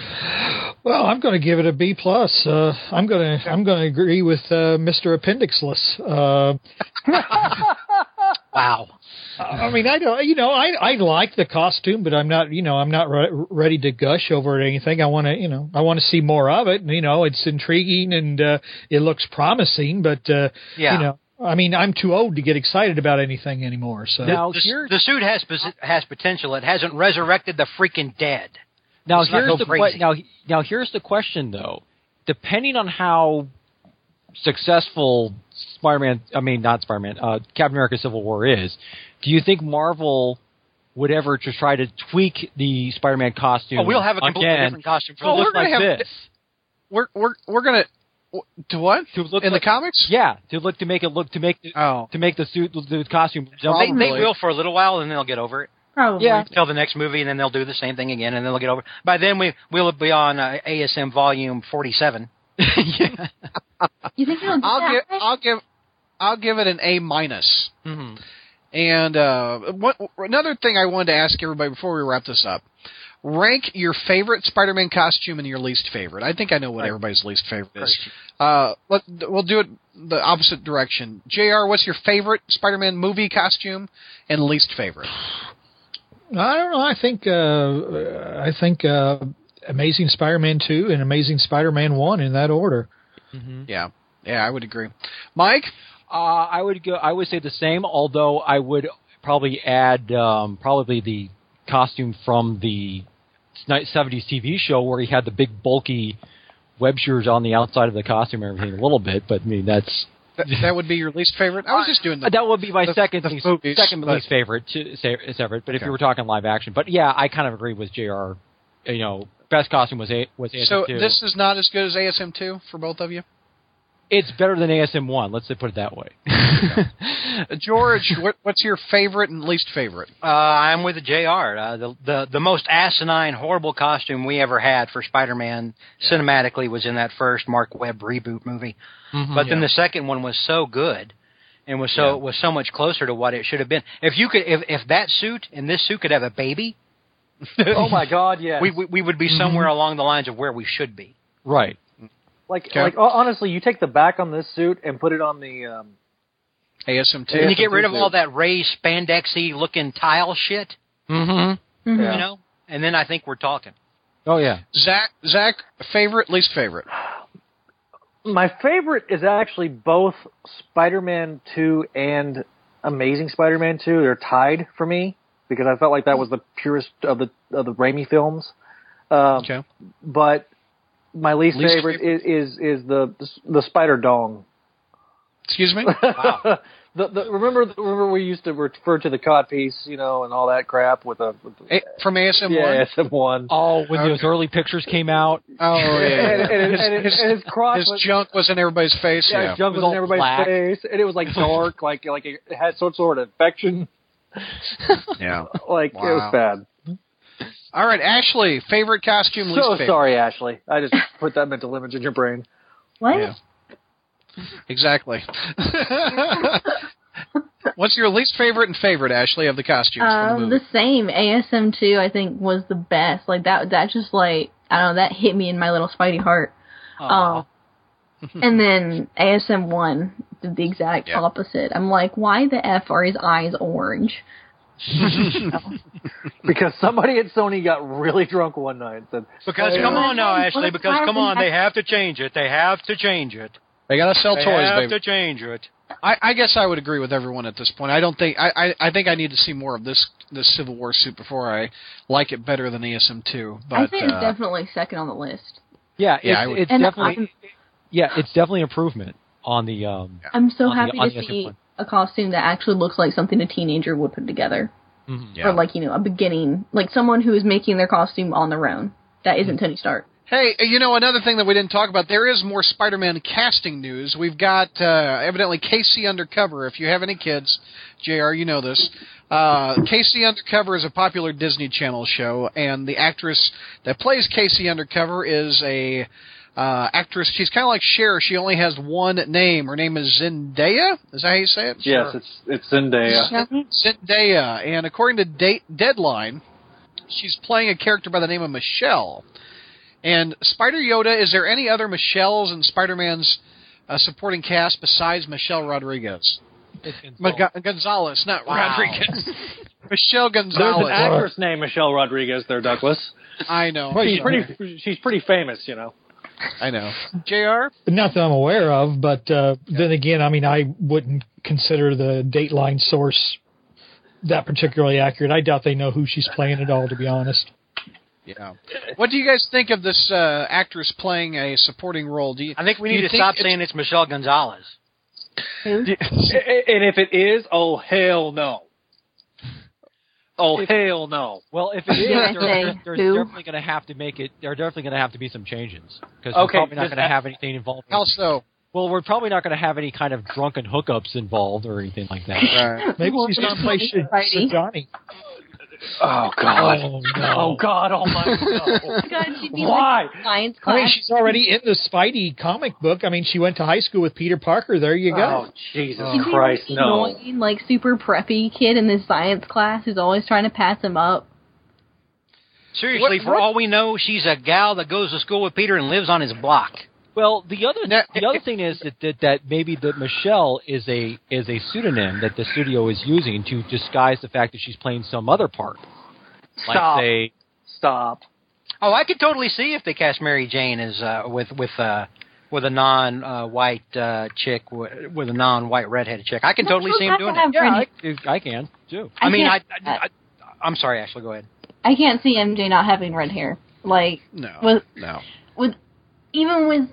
Well, I'm going to give it a B plus. Uh, I'm going to I'm going to agree with uh, Mr. Appendixless. Uh, Wow. I mean, I don't. You know, I I like the costume, but I'm not. You know, I'm not re- ready to gush over it or anything. I want to. You know, I want to see more of it. And you know, it's intriguing and uh, it looks promising. But uh, Yeah. you know, I mean, I'm too old to get excited about anything anymore. So Now the, here's the suit has posi- has potential. It hasn't resurrected the freaking dead. now Let's not here's go the que- crazy. now now here's the question though. Depending on how successful Spider-Man, I mean not Spider-Man, uh, Captain America: Civil War is, do you think Marvel would ever to try to tweak the Spider-Man costume? Oh, we'll have a completely again different costume for to Oh, the we're look gonna like have- this. We're we're we're gonna to what? To look in like- the comics? Yeah, to look to make it look to make the, Oh. to make the suit the costume. they, they Probably. will for a little while, and then they'll get over it. probably. Yeah. Till the next movie, and then they'll do the same thing again, and then they'll get over. it. By then, we we'll be on uh, ASM Volume Forty Seven. yeah. You think it'll get I'll that give high? I'll give I'll give it an A minus. Mm-hmm. And uh, what, another thing I wanted to ask everybody before we wrap this up: rank your favorite Spider-Man costume and your least favorite. I think I know what everybody's least favorite is. Uh, let, we'll do it the opposite direction. Jr., what's your favorite Spider-Man movie costume and least favorite? I don't know. I think uh, uh, I think uh, Amazing Spider-Man two and Amazing Spider-Man one in that order. Yeah, yeah, I would agree. Mike, Uh, I would go. I would say the same, although I would probably add um, probably the costume from the '70s TV show where he had the big bulky web shooters on the outside of the costume and everything a little bit. But I mean, that's that, that would be your least favorite. I was just doing the. Uh, that would be my the- second the least, movies, second but- least favorite to say favorite. But if Okay. you were talking live action, but yeah, I kind of agree with Jr. You know, best costume was a was So ASM2. this is not as good as ASM two for both of you. it's better than ASM one. Let's put it that way. Uh, George, what, what's your favorite and least favorite? Uh, I'm with the Jr. Uh, the, the the most asinine, horrible costume we ever had for Spider-Man cinematically was in that first Mark Webb reboot movie. but then the second one was so good, and was so Mm-hmm, Yeah. was so much closer to what it should have been. If you could, if if that suit and this suit could have a baby, Oh my God, yeah. we we, we would Mm-hmm. be somewhere along the lines of where we should be. right. like, Okay. like ho- honestly, you take the back on this suit and put it on the. Um, ASM two. And you get rid of all that raised spandexy looking tile shit, Mm-hmm. yeah. you know, and then I think we're talking. Oh yeah. Zach, Zach, favorite, least favorite. My favorite is actually both Spider-Man 2 and Amazing Spider-Man 2. They're tied for me because I felt like that was the purest of the of the Raimi films. Um, Okay. But my least, Least favorite, Is, is is the the Spider Dong. Excuse me. The, the, remember, remember, we used to refer to the codpiece, you know, and all that crap with a. With the, A- from ASM yeah, one. it's the one. Oh, when Okay. those early pictures came out, Oh yeah. yeah, and, and, yeah. and, and, his, his cross his was, junk was in everybody's face. yeah, Yeah. his junk It was in was all everybody's black. face, and it was like dark, like like it had some sort of infection. Yeah. Like it Wow. was bad. All right, Ashley, favorite costume, least so favorite. sorry, Ashley. I just put that mental image in your brain. What? Yeah. Exactly. What's your least favorite and favorite, Ashley, of the costumes from the Um, movie? the same ASM two, I think, was the best. Like that, that just like I don't know, that hit me in my little spidey heart. Um, and then ASM one did the exact Yeah. opposite. I'm like, why the f are his eyes orange? Hmm. because somebody at Sony got really drunk one night and said, Because come on now, Well, Ashley. it's Because higher come than on, they that. have to change it. They have to change it. They gotta sell They toys, have baby. to change it. I, I guess I would agree with everyone at this point. I don't think I, I, I think I need to see more of this this Civil War suit before I like it better than ASM two. But I think it's uh, definitely second on the list. Yeah, Yeah, it's, I would- it's And definitely yeah, it's definitely improvement on the um I'm so On the- happy on to the SM1. see a costume that actually looks like something a teenager would put together, Mm-hmm. yeah. or like you know, a beginning, like someone who is making their costume on their own. That Mm-hmm. isn't Tony Stark. Hey, uh, you know another thing that we didn't talk about. There is more Spider-Man casting news. We've got uh, evidently Casey Undercover. If you have any kids, Jr., you know this. Uh, Casey Undercover is a popular Disney Channel show, and the actress that plays Casey Undercover is a uh, actress. She's kind of like Cher. She only has one name. Her name is Zendaya. Is that how you say it? "Yes, it's it's Zendaya." Zendaya, and according to date Deadline, she's playing a character by the name of Michelle. And Spider Yoda, is there any other Michelles in Spider Man's uh, supporting cast besides Michelle Rodriguez? Maga- Gonzalez, not Rodriguez. Michelle There's an Gonzalez. actress named Michelle Rodriguez there, Douglas. I know. She's pretty. She's pretty famous, you know. I know. Jr. Not that I'm aware of, but uh, then again, I mean, I wouldn't consider the Dateline source that particularly accurate. I doubt they know who she's playing at all, to be honest. Yeah. What do you guys think of this uh, actress playing a supporting role? Do you, I think we do need you to stop it's- saying it's Michelle Gonzalez. And if it is, oh hell no. Oh hell no. well, if it is, Yeah, they're, they're, they they're do. definitely going to have to make it. They're definitely going to have to be some changes because we're Okay, probably not just going to a- have anything involved. How so? well, we're probably not going to have any kind of drunken hookups involved or anything like that. Maybe Well, she's it's going to play Tony Sir- Spidey. Sir Johnny. Oh god. Oh, Oh no. god. Oh my. No. God, she'd be Why? like science I mean, class. she's already in the Spidey comic book. I mean, she went to high school with Peter Parker. There you go. Oh Jesus She'd be Christ! the No. annoying, like super preppy kid in this science class who's always trying to pass him up. Seriously, What- for what- all we know, she's a gal that goes to school with Peter and lives on his block. Well, the other Now- the other thing is that, that that maybe that Michelle is a is a pseudonym that the studio is using to disguise the fact that she's playing some other part. Like Stop. say, Stop. Oh, I could totally see if they cast Mary Jane as uh, with with uh, with a non uh, white uh, chick w- with a non white redheaded chick. I can No, totally you see have him doing to have that. yeah, Brandy. I, I can too. I I mean, I, can't- I, I I'm sorry, Ashley. Go ahead. I can't see MJ not having red hair. Like No. with No. with even with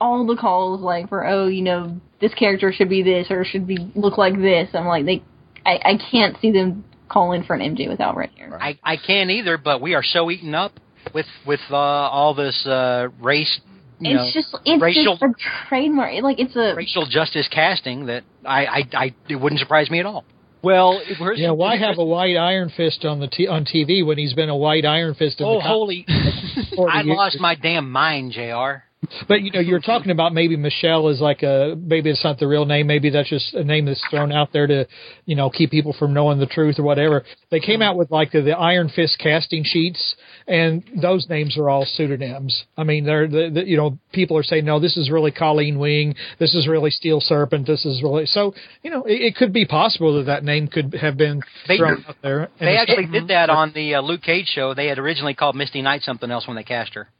all the calls like for oh you know this character should be this or should be look like this. I'm like they I I can't see them calling for an MJ without red hair. I, I can't either, but we are so eaten up with with uh, all this uh, race, you know, It's just it's racial- just a trademark. It- Like it's a racial justice casting that I, I, I it wouldn't surprise me at all. Well, it- here's- Yeah, why have a white Iron Fist on the t- on TV when he's been a white Iron Fist in Oh, the comic holy! book for I 40 years? lost my damn mind, Jr. But you know, you're talking about maybe Michelle is like a maybe it's not the real name, maybe that's just a name that's thrown out there to, you know, keep people from knowing the truth or whatever. They Hmm. came out with like the, the Iron Fist casting sheets, and those names are all pseudonyms. I mean, they're the, the you know people are saying no, this is really Colleen Wing, this is really Steel Serpent, this is really so you know it, it could be possible that that name could have been They- thrown out there. They And it's- actually did that on the uh, Luke Cage show. They had originally called Misty Knight something else when they cast her.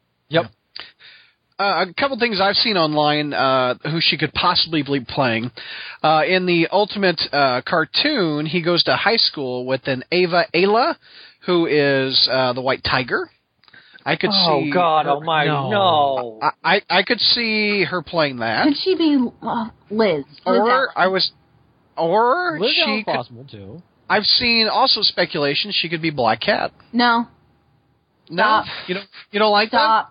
uh, a couple things I've seen online uh, who she could possibly be playing. Uh, in the Ultimate uh, cartoon, he goes to high school with an Ava Ayla, who is uh, the White Tiger. I could Oh see. god. her- Oh my. No. I, I I could see her playing that, could she be uh, Liz? Liz Allen. or I was, or Liz she. Allen's Could, possible too. I've seen also speculation she could be Black Cat. no No, Stop. you don't. You don't like that. stop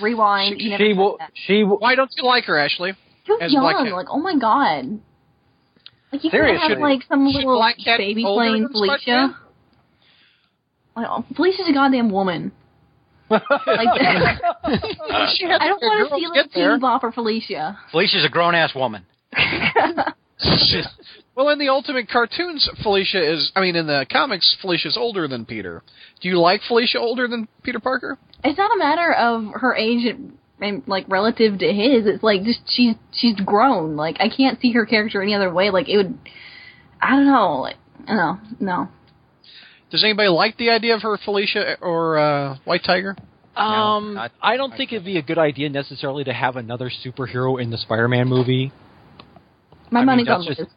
rewind. you never She said will. that. She will. Why don't you like her, Ashley? too as young. Black Cat. Like, oh my god. Like you could Seriously. have like some Should little Black Cat baby be older playing than Spider-Man? Felicia. Like, oh, Felicia's a goddamn woman. like, I don't want to girl, feel get like there. Teeny Bop or Felicia. Felicia's a grown ass woman. Shit. Well, in the Ultimate cartoons, Felicia is. I mean, in the comics, Felicia's older than Peter. Do you like Felicia older than Peter Parker? It's not a matter of her age and- and like relative to his. It's like just she's she's grown. Like I can't see her character any other way. Like it would. I don't know. Like no, no. Does anybody like the idea of her Felicia or uh, White Tiger? Um, I- I don't think it'd be a good idea necessarily to have another superhero in the Spider-Man movie. I My mean, money's that's on just- Liz.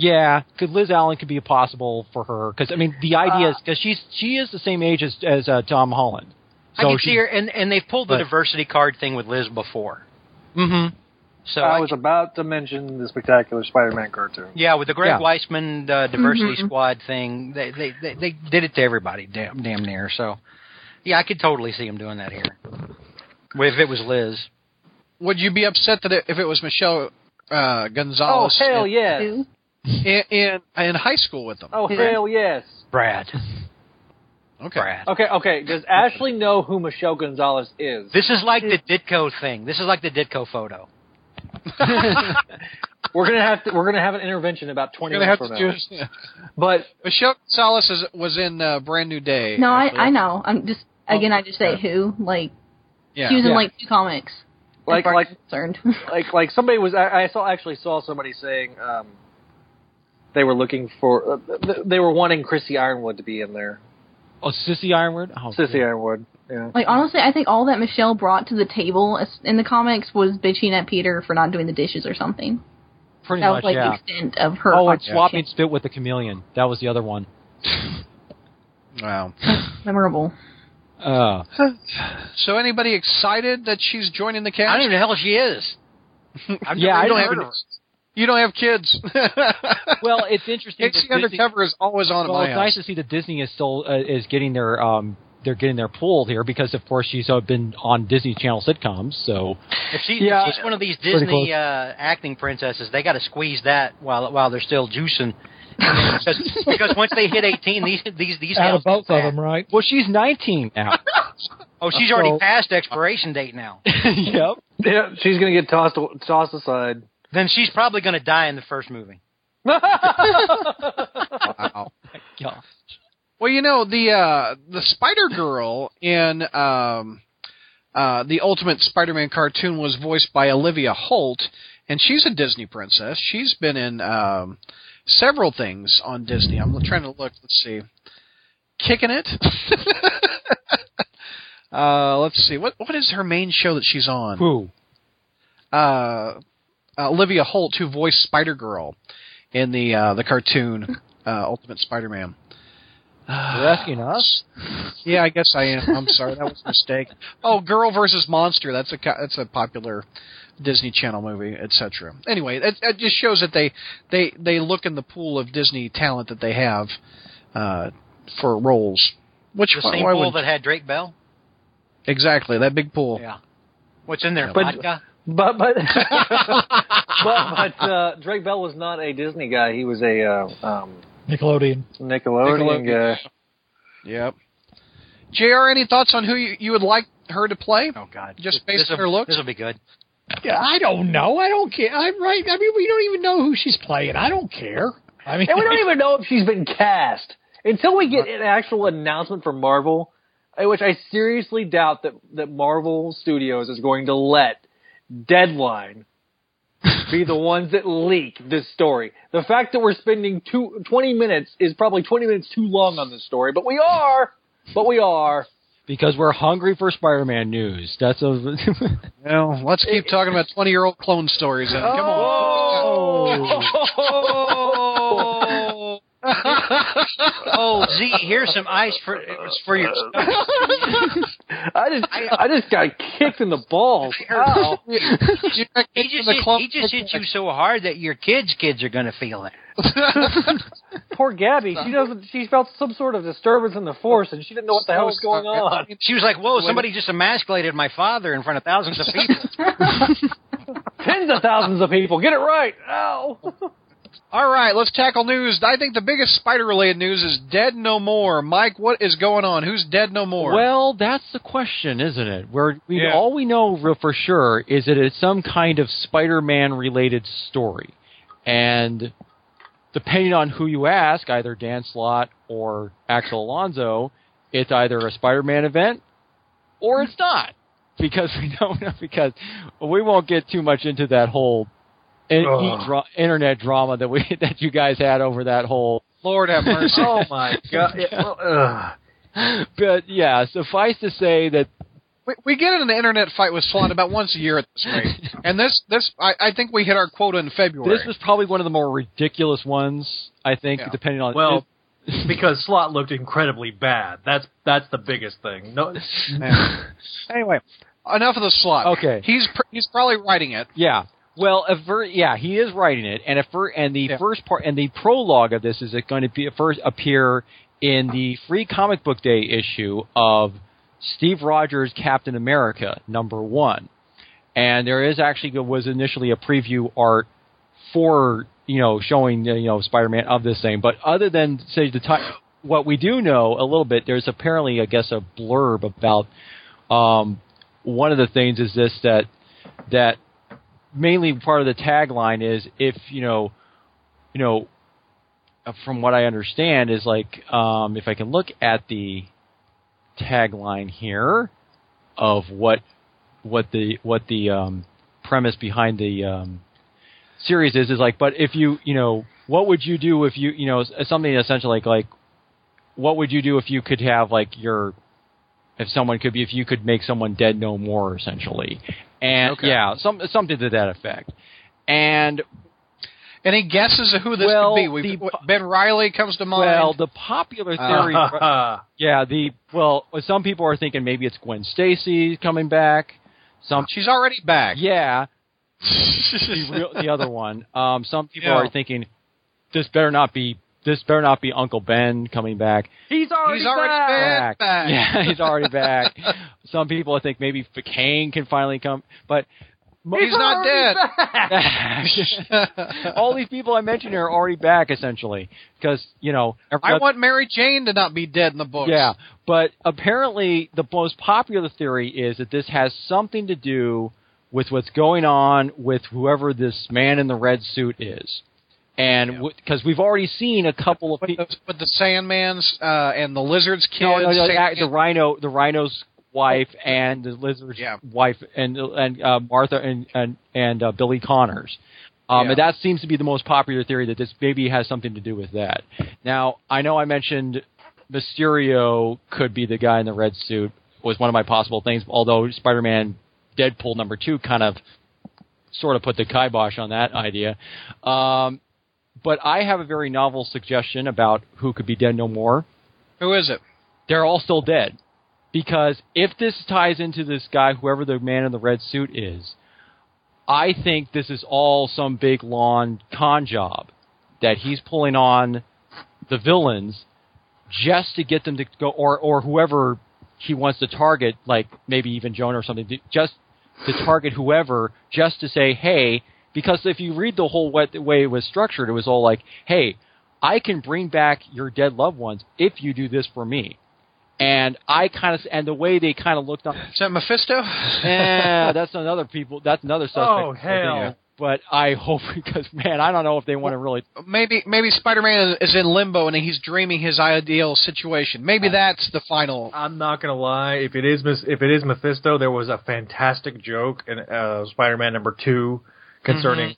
Yeah, because Liz Allen could be possible for her. Because I mean, the Uh, idea is because she's she is the same age as as uh, Tom Holland. I can see she- her, and and they've pulled but- the diversity card thing with Liz before. Mm-hmm. Mhm. So I I was about to mention the spectacular Spider-Man cartoon. Yeah, with the Yeah. Greg Weisman uh, diversity squad thing, they, they they they did it to everybody, damn damn near. So, yeah, I could totally see him doing that here. If it was Liz, Would you be upset that it, if it was Michelle uh, Oh Gonzalez hell in, yes! in, in in high school with them? Oh hell yes! Brad, okay. Brad. Okay, okay. Does Ashley know who Michelle Gonzalez is? This is like the Ditko thing. This is like the Ditko photo. We're gonna have to. We're gonna have an intervention about twenty You're gonna have minutes from to now. do. But Michelle Gonzalez is, was in uh, Brand New Day. No, I actually. I know. I'm just again. I just say who. Like Yeah. she was in Yeah. like two comics. as Like- far as like- I'm concerned. like like somebody was I, I saw actually saw somebody saying um, they were looking for uh, th- they were wanting Chrissy Ironwood to be in there. Oh, Sissy Ironwood. Oh, Sissy Ironwood. Yeah. Like honestly, I think all that Michelle brought to the table as- in the comics was bitching at Peter for not doing the dishes or something. pretty That much. was like yeah. the extent of her. Oh, and contribution. swapping spit with the chameleon. That was the other one. Wow. memorable. Uh, So anybody excited that she's joining the I cast? don't even know who the hell she is. I've Yeah, I never even don't heard have of any- her. you don't have kids. well, it's interesting. that Casey Disney- Undercover is always on at well, my it's house. nice to see that Disney is still uh, is getting their um they're getting their pool here because of course she's uh, been on Disney Channel sitcoms. So If, she, Yeah, if she's one of these pretty Disney close. uh, acting princesses, they got to squeeze that while while they're still juicing. because, because once they hit eighteen, these these these out of gals- both of them, right? well, she's 19 now. Oh, she's already So- past expiration date now. yep. yeah, she's gonna get tossed tossed aside. then she's probably going to die in the first movie. Yeah. Well, you know the uh, the Spider Girl in um, uh, the Ultimate Spider-Man cartoon was voiced by Olivia Holt, and she's a Disney princess. She's been in um, several things on Disney. I'm trying to look. Let's see, kicking it. uh, let's see what what is her main show that she's on? Who? uh, Olivia Holt, who voiced Spider Girl in the uh, the cartoon uh, Ultimate Spider Man. You're asking us? Yeah, I guess I am. I'm sorry, that was a mistake. Oh, Girl versus Monster. That's a co- that's a popular Disney Channel movie, etc. Anyway, it, it just shows that they they they look in the pool of Disney talent that they have uh, for roles. Which The why- same why pool would- that had Drake Bell. exactly that big pool? Yeah. What's in there? But- Vodka. but but but, but uh, Drake Bell was not a Disney guy. He was a uh, um, Nickelodeon. Nickelodeon, Nickelodeon. guy. Yep. Jr. Any thoughts on who you, you would like her to play? Oh God! Just based This'll- on her looks? This will be good. Yeah, I don't know. I don't care. I'm right. I mean, we don't even know who she's playing. I don't care. I mean, And we don't even know if she's been cast until we get an actual announcement from Marvel, uh, which I seriously doubt that that Marvel Studios is going to let Deadline be the ones that leak this story. The fact that we're spending two, 20 minutes is probably 20 minutes too long on this story, but we are. But we are. Because we're hungry for Spider-Man news. That's a Well, let's keep talking about twenty-year-old clone stories. Then. Come on. Oh, oh, Z. Here's some ice for it was for your. I just, I just got kicked in the balls. Oh. Ow. You got He kicked in just, the hit, club- he just hit you so hard that your kids' kids are going to feel it. Poor Gabby. She doesn't. She felt some sort of disturbance in the force, and she didn't know what the hell was going on. She was like, "Whoa! Somebody just emasculated my father in front of thousands of people." Tens of thousands of people. Get it right. Ow. All right, let's tackle news. I think the biggest spider-related news is Dead No More. Mike, what is going on? Who's Dead No More? well, that's the question, isn't it? Where we Yeah. all we know re- for sure is that it's some kind of Spider-Man related story. And depending on who you ask, either Dan Slott or Axel Alonso, it's either a Spider-Man event or it's not because we don't know because we won't get too much into that whole in- Ugh. dra- internet drama that we that you guys had over that whole Lord have mercy. Oh my god! but yeah suffice to say that we, we get in an internet fight with Slot about once a year at this rate, and this this I, I think we hit our quota in February. this was probably one of the more ridiculous ones I think Yeah. depending on Well, because Slot looked incredibly bad. That's that's the biggest thing. No, anyway Enough of the Slot. Okay. he's pr- he's probably writing it. Yeah. Well, a ver- yeah, he is writing it, and a fir- and the Yeah. first part and the prologue of this is it going to be first appear in the Free Comic Book Day issue of Steve Rogers Captain America number one, and there is actually was initially a preview art for you know showing uh, you know Spider Man of this thing, but other than say the time, what we do know a little bit, there's apparently I guess a blurb about um, one of the things is this that that mainly part of the tagline is if you know you know uh, from what I understand is like um, if I can look at the tagline here of what what the what the um, premise behind the um, series is is like but if you you know what would you do if you you know s- something essentially like like what would you do if you could have like your if someone could be if you could make someone dead no more essentially and Okay. yeah some something to that effect and And he guesses who this Well, could be. We've, the- ben Riley comes to mind. well the popular theory yeah the well some people are thinking maybe it's Gwen Stacy coming back some She's already back. yeah the, real, the other one. Um, some people Yeah. are thinking this better not be this better not be Uncle Ben coming back. He's already, He's already Back. back. back. Yeah, he's already back. some people think maybe F- Kane can finally come, but mo- He's not dead. all these people I mentioned are already back essentially because you know every I other- want Mary Jane to not be dead in the books. yeah, but apparently the most popular theory is that this has something to do with what's going on with whoever this man in the red suit is, and because we've already seen a couple of people, With the, with the Sandman's uh, and the Lizard's kids. no, no, no, Sandman- the rhino, the rhino's wife and the lizard's Yeah. wife and and uh, Martha and and and uh, Billy Connors. Um, Yeah. And that seems to be the most popular theory that this maybe has something to do with that. Now, I know I mentioned Mysterio could be the guy in the red suit was one of my possible things. Although Spider-Man Deadpool number two kind of sort of put the kibosh on that idea. Um, but I have a very novel suggestion about who could be dead no more Who is it? they're all still dead. Because if this ties into this guy, whoever the man in the red suit is, I think this is all some big lawn con job that he's pulling on the villains just to get them to go, or, or whoever he wants to target, like maybe even Jonah or something, to- just to target whoever, just to say, hey, because if you read the whole way, way it was structured, it was all like, hey, I can bring back your dead loved ones if you do this for me. And I kind of, and the way they kind of looked on, Is that Mephisto? yeah, that's another people. That's another suspect. Oh, hell. But I hope because man, I don't know if they want to really. maybe maybe Spider-Man is in limbo and he's dreaming his ideal situation. Maybe that's the final. I'm not gonna lie. If it is Mis- if it is Mephisto, there was a fantastic joke in uh, Spider-Man number two concerning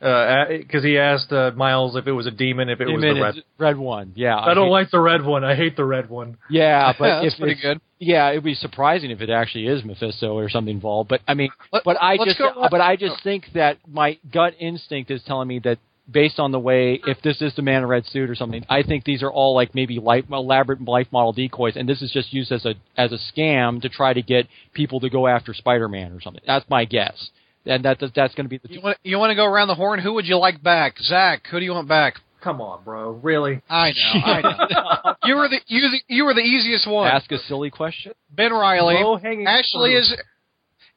because he asked uh, Miles if it was a demon, if it was Demon the red. is red one. Yeah, I don't hate- like the red one. I hate the red one. Yeah, but That's if pretty it's- good. Yeah, it'd be surprising if it actually is Mephisto or something involved. But I mean, Let- but I let's just, go- Oh. but I just think that my gut instinct is telling me that based on the way, if this is the man in red suit or something, I think these are all like maybe life, elaborate life model decoys, and this is just used as a as a scam to try to get people to go after Spider-Man or something. That's my guess, and that that's going to be the You want you want to go around the horn? Who would you like back? Zach, who do you want back? Come on, bro. Really? I know, I know. you were the you the, you were the easiest one. ask a silly question. ben Riley, Low-hanging Ashley fruit. is.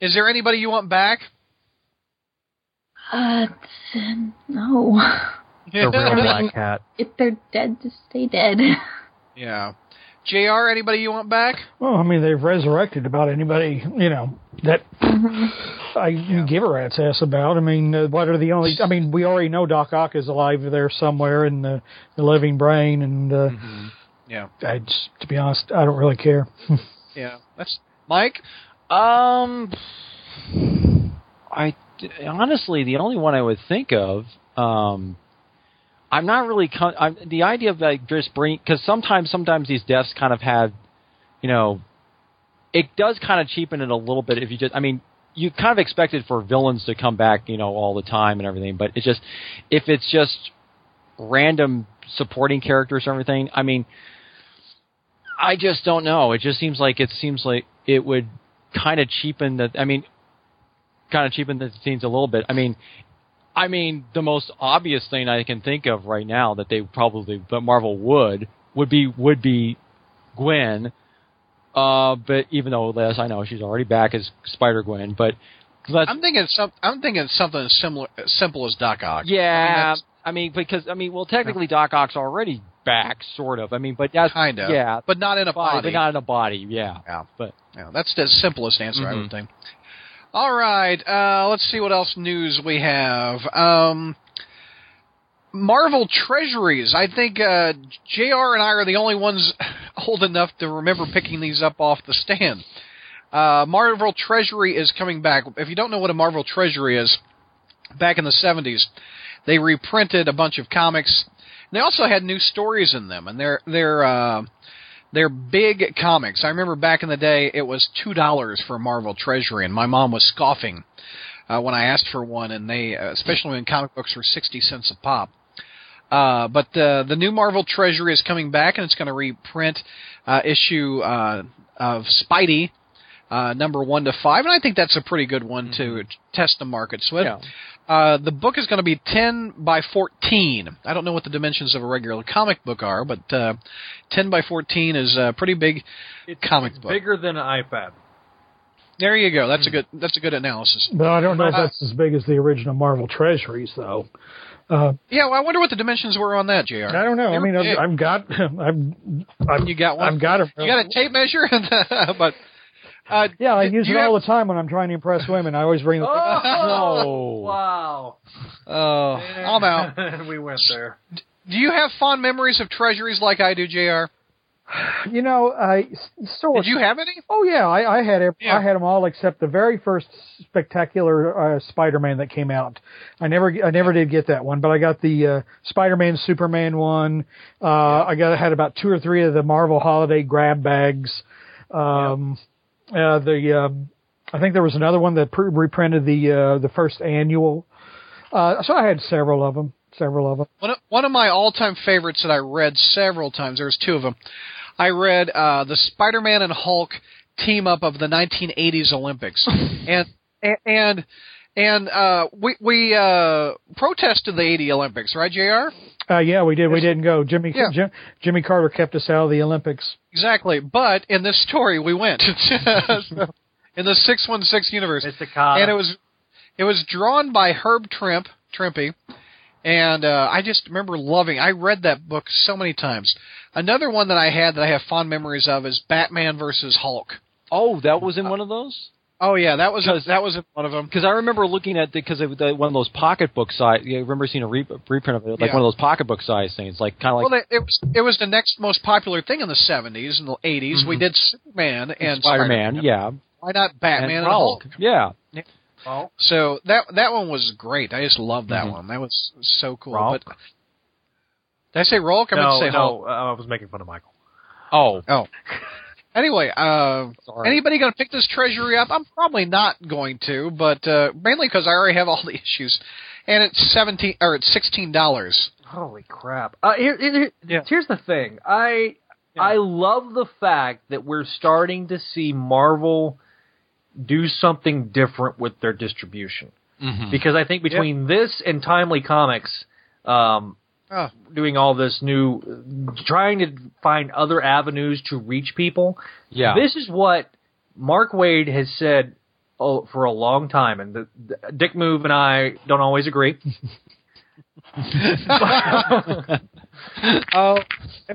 Is there anybody you want back? Uh, no. The real black cat. If they're dead, just stay dead. yeah. Jr. Anybody you want back? Well, I mean, they've resurrected about anybody, you know, that I give a rat's ass about. I mean, uh, what are the only? I mean, we already know Doc Ock is alive there somewhere in the, the living brain, and uh, Yeah. I just, to be honest, I don't really care. Yeah. That's Mike. Um, I honestly, the only one I would think of. Um, I'm not really con- I'm, the idea of like just bring because sometimes sometimes these deaths kind of have, you know, it does kind of cheapen it a little bit if you just. I mean, you kind of expected for villains to come back, you know, all the time and everything, but it's just if it's just random supporting characters and everything. I mean, I just don't know. It just seems like it seems like it would kind of cheapen the. I mean, kind of cheapen the scenes a little bit. I mean, I mean the most obvious thing I can think of right now that they probably that Marvel would would be would be Gwen. Uh, but even though Les, I know she's already back as Spider Gwen, but let's I'm thinking some. I'm thinking something similar, as simple as Doc Ock. yeah, that's- I mean, because I mean, well, technically Doc Ock's already back, sort of. I mean, but that's Kind of. yeah, But not in a body, body. but not in a body. Yeah, Yeah. but Yeah, that's the simplest answer I would think. All right, uh, let's see what else news we have. Um, Marvel Treasuries. I think uh, Jr. and I are the only ones old enough to remember picking these up off the stand. Uh, Marvel Treasury is coming back. If you don't know what a Marvel Treasury is, back in the 70s, they reprinted a bunch of comics. They also had new stories in them, and they're they're uh, they're big comics. I remember back in the day, it was two dollars for a Marvel Treasury, and my mom was scoffing uh, when I asked for one. And they, uh, especially when comic books were sixty cents a pop. Uh, but uh, the new Marvel Treasury is coming back, and it's going to reprint uh, issue uh, of Spidey. Uh, number one to five, and I think that's a pretty good one to test the markets with. Yeah. Uh, the book is going to be 10 by 14. I don't know what the dimensions of a regular comic book are, but uh, 10 by 14 is a pretty big It's comic book. bigger than an iPad. There you go. That's a good. That's a good analysis. But I don't know if Uh, that's as big as the original Marvel Treasuries, though. Yeah, well, I wonder what the dimensions were on that, Jr. I don't know. I mean, I've, Yeah. I've got, I've, I've, You got one? I've got a, you got a tape measure, but uh, yeah, I do use you it all have- the time when I'm trying to impress women. I always bring the. Oh! no. Wow. Oh, I'm out. we went there. Do you have fond memories of treasuries like I do, Jr.? You know, I sort Did you have any? Oh yeah, I, I had every, Yeah. I had them all except the very first spectacular uh, Spider-Man that came out. I never I never did get that one, but I got the uh, Spider-Man Superman one. Uh, I got had about two or three of the Marvel holiday grab bags. Um, uh, the um, I think there was another one that pre- reprinted the uh, the first annual. Uh, so I had several of them. Several of them. One of, one of my all-time favorites that I read several times. There was two of them. I read uh, the Spider-Man and Hulk team up of the 1980s Olympics, and and- and and uh, we we uh, protested the 80 Olympics, right, Jr. Uh, yeah, we did. We didn't go. Jimmy Yeah. Jim, Jimmy Carter kept us out of the Olympics. Exactly, but in this story, we went So, in the 616 universe, It's a cop. and it was it was drawn by Herb Trimp, Trimpy, and uh, I just remember loving. I read that book so many times. Another one that I had that I have fond memories of is Batman versus Hulk. Oh, that was in one of those. Oh yeah, that was Because- that was one of them. Because I remember looking at because it was uh, one of those pocketbook size. Yeah, I remember seeing a re- reprint of it, like Yeah. one of those pocketbook size things, like kind of like well, it, it was it was the next most popular thing in the 70s and the 80s. We did Superman and Spider-Man, Yeah, Why not Batman and, and Hulk? Yeah, So that that one was great. I just loved that Mm-hmm. one. That was so cool. Rolk? But did I say Rolk? I meant no, to say Hulk. no, uh, I was making fun of Michael. oh, Oh. Anyway, uh, Sorry. anybody going to pick this treasury up? I'm probably not going to, but uh, mainly because I already have all the issues, and it's seventeen or it's sixteen dollars. Holy crap! Uh, here, here- here- Yeah. Here's the thing. I I love the fact that we're starting to see Marvel do something different with their distribution because I think between this and Timely Comics, um, Ah. Oh. doing all this new, trying to find other avenues to reach people. yeah. This is what Mark Wade has said oh, for a long time, and the, the, Dick Move and I don't always agree. If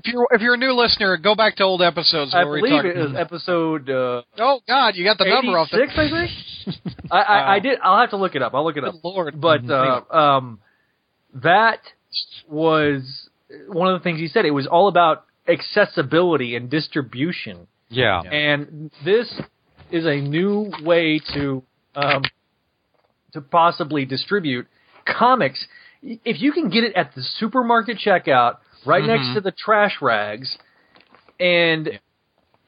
you're if you're a new listener, go back to old episodes Oh. I where we believe talked. it was episode uh, oh God, you got the number off the. 86, I think. I, I, I did. I'll have to look it up. I'll look it up. Lord, but uh, Mm-hmm. um, that was one of the things he said. It was all about accessibility and distribution, Yeah. and this is a new way to um, to possibly distribute comics. If you can get it at the supermarket checkout, right Mm-hmm. next to the trash rags, and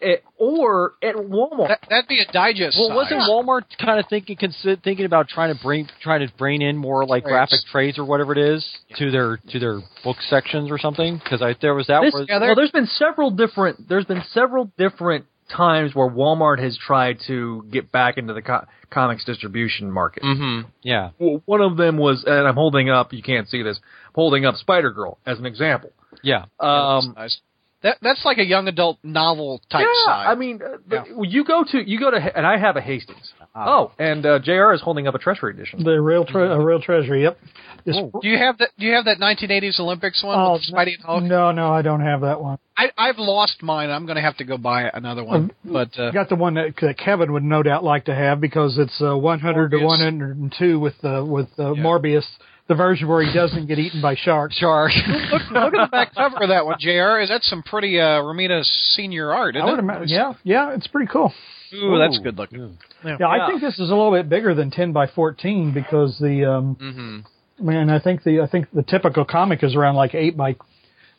it- or at Walmart. That, that'd be a digest. Well, size. wasn't Walmart kind of thinking consi- thinking about trying to bring trying to bring in more like Trades. graphic trades or whatever it is to their to their book sections or something? Because I there was that This- was well, there's been several different there's been several different times where Walmart has tried to get back into the co- comics distribution market. Mm-hmm. Mhm, yeah Well, one of them was, and I'm holding up. You can't see this. I'm holding up Spider Girl as an example. yeah Um, Size. That that's like a young adult novel type yeah, size. I mean, uh, but you go to you go to, and I have a Hastings. oh, and uh, Jr. is holding up a Treasury edition. The real tre- a real treasure. Yep. This- do you have that? Do you have that 1980s Olympics one oh, with Spidey and Hulk? no, no, I don't have that one. I, I've lost mine. I'm going to have to go buy another one. But uh, I got the one that, that Kevin would no doubt like to have because it's uh, 100 Morbius. to 102 with uh, with uh, Morbius, the version where he doesn't get eaten by sharks. shark. look, look at the back cover of that one, Jr. Is that some pretty uh, Romita senior art? Isn't I would it? imagine. Yeah, yeah, it's pretty cool. Ooh, that's good looking. Yeah, I think this is a little bit bigger than 10 by 14 because the um, Mm-hmm. man, I think the I think the typical comic is around like eight by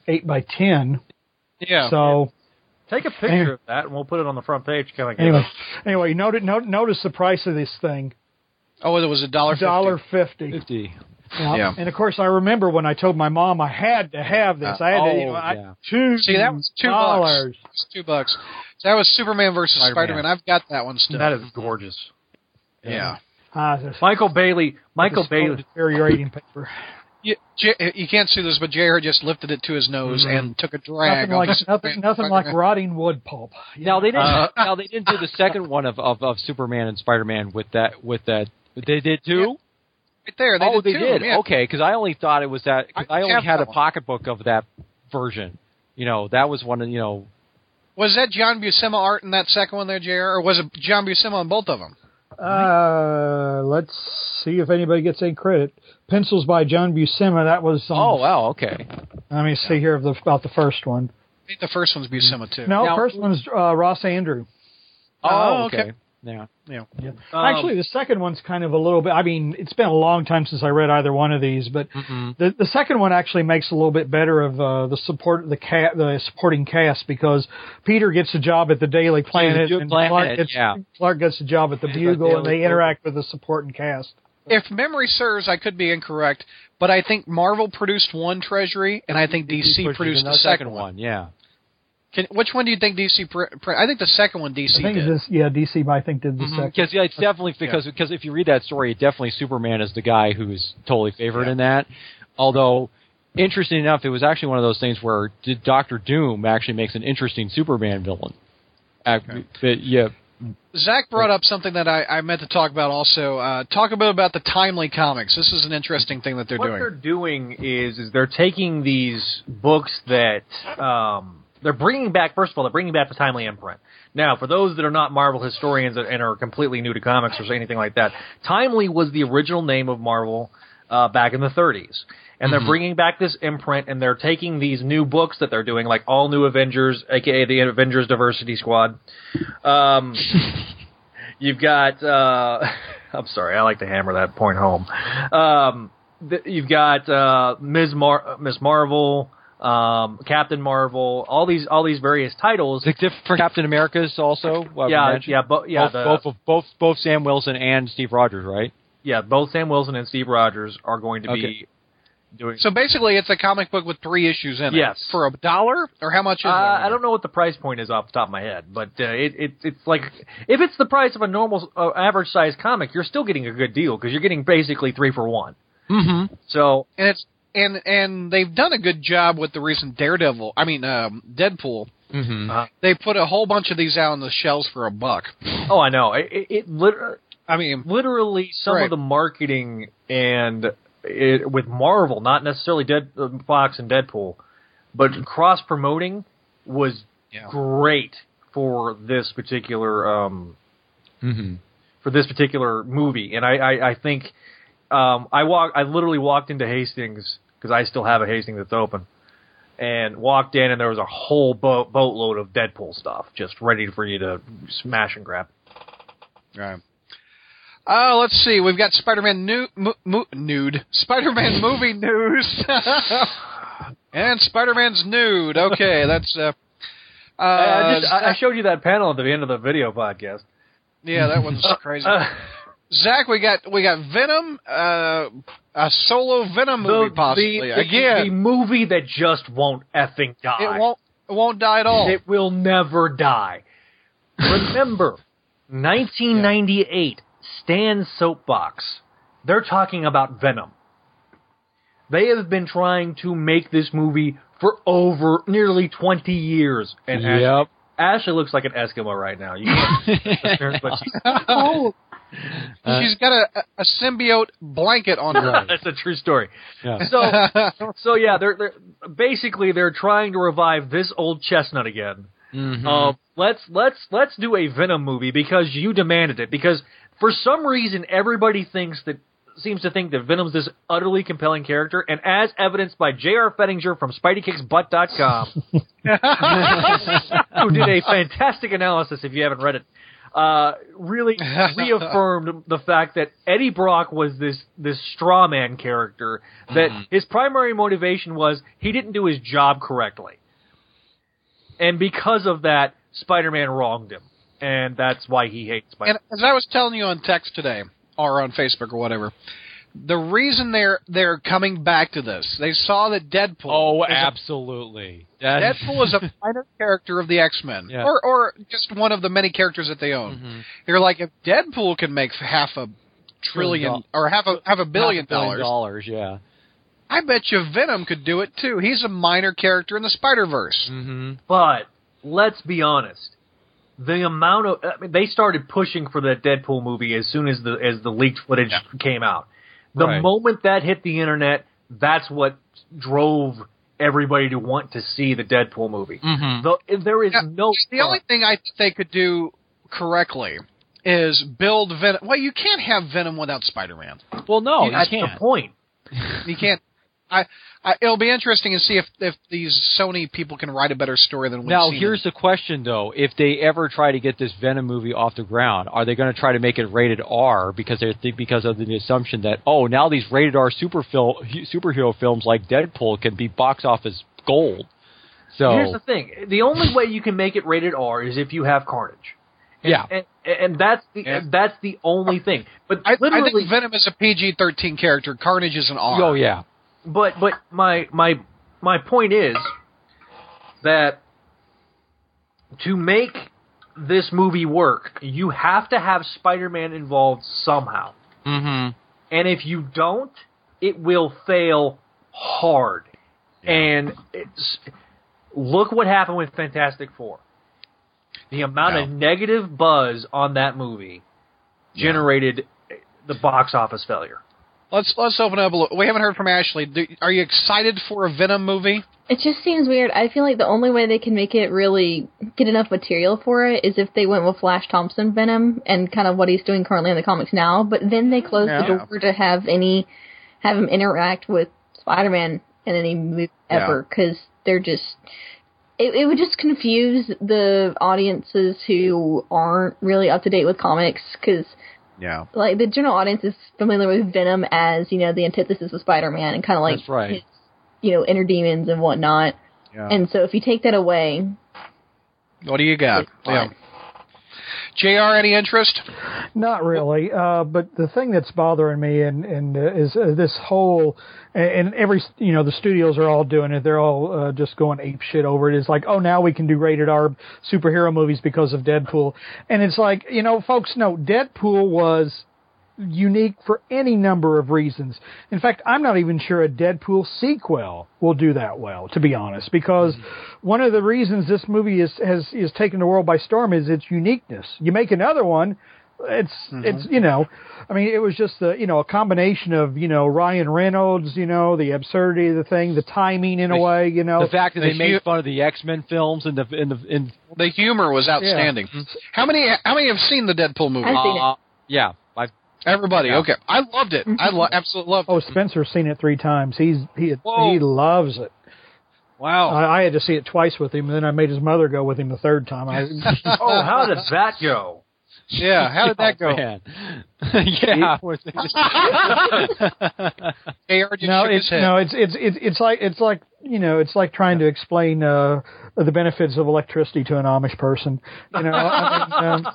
eight by 10. Yeah. so Take a picture Anyway. of that, and we'll put it on the front page. Coming anyway, anyway, notice notice the price of this thing, oh, it was a dollar. fifty. dollar fifty. Fifty. Yeah. And of course, I remember when I told my mom I had to have this. I had to, you know, oh, I- yeah. two Uh, See, that was two dollars. bucks. It's two bucks. So that was Superman versus Spider Spider-Man. Man. I've got that one still. that is gorgeous. yeah. Ah, this- Michael Bailey. Michael this Bailey. deteriorating paper. You, J, you can't see this, but Jr. just lifted it to his nose and took a drag. Mm-hmm. Nothing like on Superman nothing, nothing like Spider-Man. rotting wood pulp. Yeah. Now they didn't. Uh, now they didn't do the second one of, of, of Superman and Spider Man with that with that. They did too. right there. They oh, did they two, did. yeah. Okay, because I only thought it was that. Cause I I, have only had that a one. pocketbook of that version. You know, that was one. of You know, Was that John Buscema art in that second one there, Jr., or was it John Buscema on both of them? Uh, let's see if anybody gets any credit. Pencils by John Buscema. That was. On Mm. oh wow, okay. Let me see here of the, about the first one. I think the first one's Buscema too. No, Now- first one's uh, Ross Andrew. Oh, okay. Yeah. Um, Actually, the second one's kind of a little bit. I mean, it's been a long time since I read either one of these, but the the second one actually makes a little bit better of uh, the support the cat the supporting cast because Peter gets a job at the Daily Um, Planet Daily and Planet, Clark, gets, yeah. Clark gets a job at the Bugle, and Daily they Bugle. interact with the supporting cast. If memory serves, I could be incorrect, but I think Marvel produced one Treasury, and I think DC produced the second one. Yeah. Can, which one do you think DC? Pr- pr- I think the second one DC I think did. Mm-hmm. this yeah DC I think did the second. Because Mm, yeah, it's definitely because because if you read that story, it definitely Superman is the guy who's totally favored in that. Although, interesting enough, it was actually one of those things where Doctor Doom actually makes an interesting Superman villain. Uh, but, yeah, Zach brought up something that I, I meant to talk about also. Uh, talk a bit about the timely comics. This is an interesting thing that they're what doing. they're doing is is they're taking these books that um, they're bringing back. First of all, they're bringing back the timely imprint. Now, for those that are not Marvel historians and are completely new to comics or anything like that, Timely was the original name of Marvel uh, back in the 30s. And they're bringing back this imprint, and they're taking these new books that they're doing, like all new Avengers, aka the Avengers Diversity Squad. Um, You've got. Uh, I'm sorry, I like to hammer that point home. Um, th- you've got uh, Ms. Mar- Ms. Marvel, um, Captain Marvel, all these all these various titles. the different Captain Americas also. uh, Yeah, mentioned. yeah, bo- yeah, both, the- both of- both both Sam Wilson and Steve Rogers, right? Yeah, both Sam Wilson and Steve Rogers are going to be Okay. doing. so basically, it's a comic book with three issues in it. Yes. For a dollar, or how much is uh, it? I don't know what the price point is off the top of my head, but uh, it, it it's like if it's the price of a normal uh, average size comic, you're still getting a good deal because you're getting basically three for one. Mm-hmm. So And it's and and they've done a good job with the recent Daredevil. I mean, um, Deadpool. Mm-hmm. Uh-huh. They put a whole bunch of these out on the shelves for a buck. oh, I know it, it, it literally. I mean, literally some Right. of the marketing and it, with Marvel, not necessarily Dead, Fox and uh, Deadpool, But cross promoting was Yeah. great for this particular um, Mm-hmm. for this particular movie, and I I, I think um, I walk I literally walked into Hastings because I still have a Hastings that's open, and walked in and there was a whole boat boatload of Deadpool stuff just ready for you to smash and grab. Right. Uh, let's see. We've got Spider-Man nu- mu- mu- nude. Spider-Man movie news. and Spider-Man's nude. Okay, that's. Uh, uh, I, I just, I I showed you that panel at the end of the video podcast. yeah, that one's crazy. Uh, Zach, we got we got Venom, uh, a solo Venom movie possibly the, the again. movie that just won't effing die. it won't it won't die at all. It will never die. Remember, 1998, Stan Soapbox. They're talking about Venom. They have been trying to make this movie for over nearly 20 years. And Yep. Ashley, Ashley looks like an Eskimo right now. You can't, but she- She's got a, a- a symbiote blanket on her. that's a true story. Yeah. So, so yeah, they're, they're basically they're trying to revive this old chestnut again. Um, let's let's let's do a Venom movie because you demanded it. Because for some reason everybody thinks that seems to think that Venom's this utterly compelling character, and as evidenced by J.R. Fettinger from SpideyKicksButt.com, who did a fantastic analysis if you haven't read it, uh, really Uh, reaffirmed the fact that Eddie Brock was this this straw man character that his primary motivation was he didn't do his job correctly and because of that, Spider-Man wronged him, and that's why he hates Spider. and as I was telling you on text today or on Facebook or whatever, the reason they're they're coming back to this, they saw that Deadpool. Oh, is a- absolutely. That- Deadpool is a minor character of the X Men, Yeah. or or just one of the many characters that they own. Mm-hmm. You're like, if Deadpool can make half a trillion doll- or half a half a billion Half a billion dollars, dollars. Yeah. I bet you Venom could do it too. He's a minor character in the Spider Verse. But let's be honest, the amount of I mean, they started pushing for that Deadpool movie as soon as the as the leaked footage came out. The Right. moment that hit the internet, that's what drove everybody to want to see the Deadpool movie. The, there is Yeah, no The only thing I think they could do correctly is build Venom. Well, you can't have Venom without Spider Man. Well, no, you that's the can't. point. You can't. I, I, it'll be interesting to see if if these Sony people can write a better story than we've Now, seen. here's the question, though: If they ever try to get this Venom movie off the ground, are they going to try to make it rated R because they're th- because of the assumption that oh, now these rated R super fil- hu- superhero films like Deadpool can be box office gold. So Here's the thing: the only way you can make it rated R is if you have Carnage. And, Yeah. and, and that's the Yeah. that's the only thing. But I, I literally, think Venom is a PG thirteen character. Carnage is an R. oh yeah, but but my my my point is that to make this movie work, you have to have Spider-Man involved somehow. Mm-hmm. And if you don't, it will fail hard. And it's, look what happened with Fantastic Four. The amount of negative buzz on that movie generated the box office failure. Let's let's open up a little. We haven't heard from Ashley. Do, are you excited for a Venom movie? It just seems weird. I feel like the only way they can make it really get enough material for it is if they went with Flash Thompson Venom and kind of what he's doing currently in the comics now. But then they closed the door to have any have him interact with Spider Man in any movie ever because they're just it, it would just confuse the audiences who aren't really up to date with comics because Yeah. like the general audience is familiar with Venom as you know the antithesis of Spider-Man and kind of like That's right. his, you know inner demons and whatnot. Yeah. And so if you take that away, What do you got? it's Yeah. fine. Jr. Any interest? Not really, uh, but the thing that's bothering me and and uh, is uh, this whole and and every you know the studios are all doing it. They're all uh, just going ape shit over it. It's like oh now we can do rated R superhero movies because of Deadpool, and it's like you know folks no Deadpool was unique for any number of reasons. In fact, I'm not even sure a Deadpool sequel will do that well, to be honest, because one of the reasons this movie is has is taken the world by storm is its uniqueness. You make another one, it's it's you know, I mean, it was just the you know a combination of you know Ryan Reynolds, you know, the absurdity of the thing, the timing in a way, you know, the fact that they Oh, the made hu- fun of the X Men films and the in the in The humor was outstanding. How many? How many have seen the Deadpool movie? I've seen it. uh, yeah, I Everybody. Yeah. Okay, I loved it. I lo- absolutely loved. Oh, it. Spencer's seen it three times. He's he Whoa. he loves it. Wow. Oh, I, I had to see it twice with him, and then I made his mother go with him the third time. I, Oh, how did that go? Yeah. How did that go? Oh, Man. yeah, JR just no, shook it's his head. no, it's it's it's it's like it's like you know, it's like trying to explain uh, the benefits of electricity to an Amish person. You know, I mean,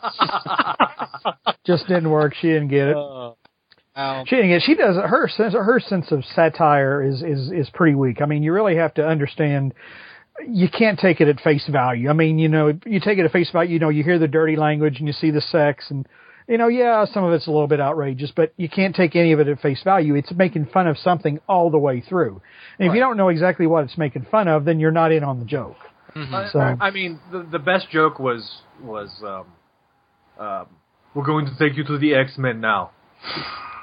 um, just didn't work. She didn't get it. Uh, Wow. She didn't get. She does her sense. Her sense of satire is is is pretty weak. I mean, you really have to understand. You can't take it at face value. I mean, you know, you take it at face value. You know, you hear the dirty language and you see the sex, and you know, yeah, some of it's a little bit outrageous, but you can't take any of it at face value. It's making fun of something all the way through. And if you don't know exactly what it's making fun of, then you're not in on the joke. So- I, I mean, the, the best joke was was um, um, we're going to take you to the X Men now.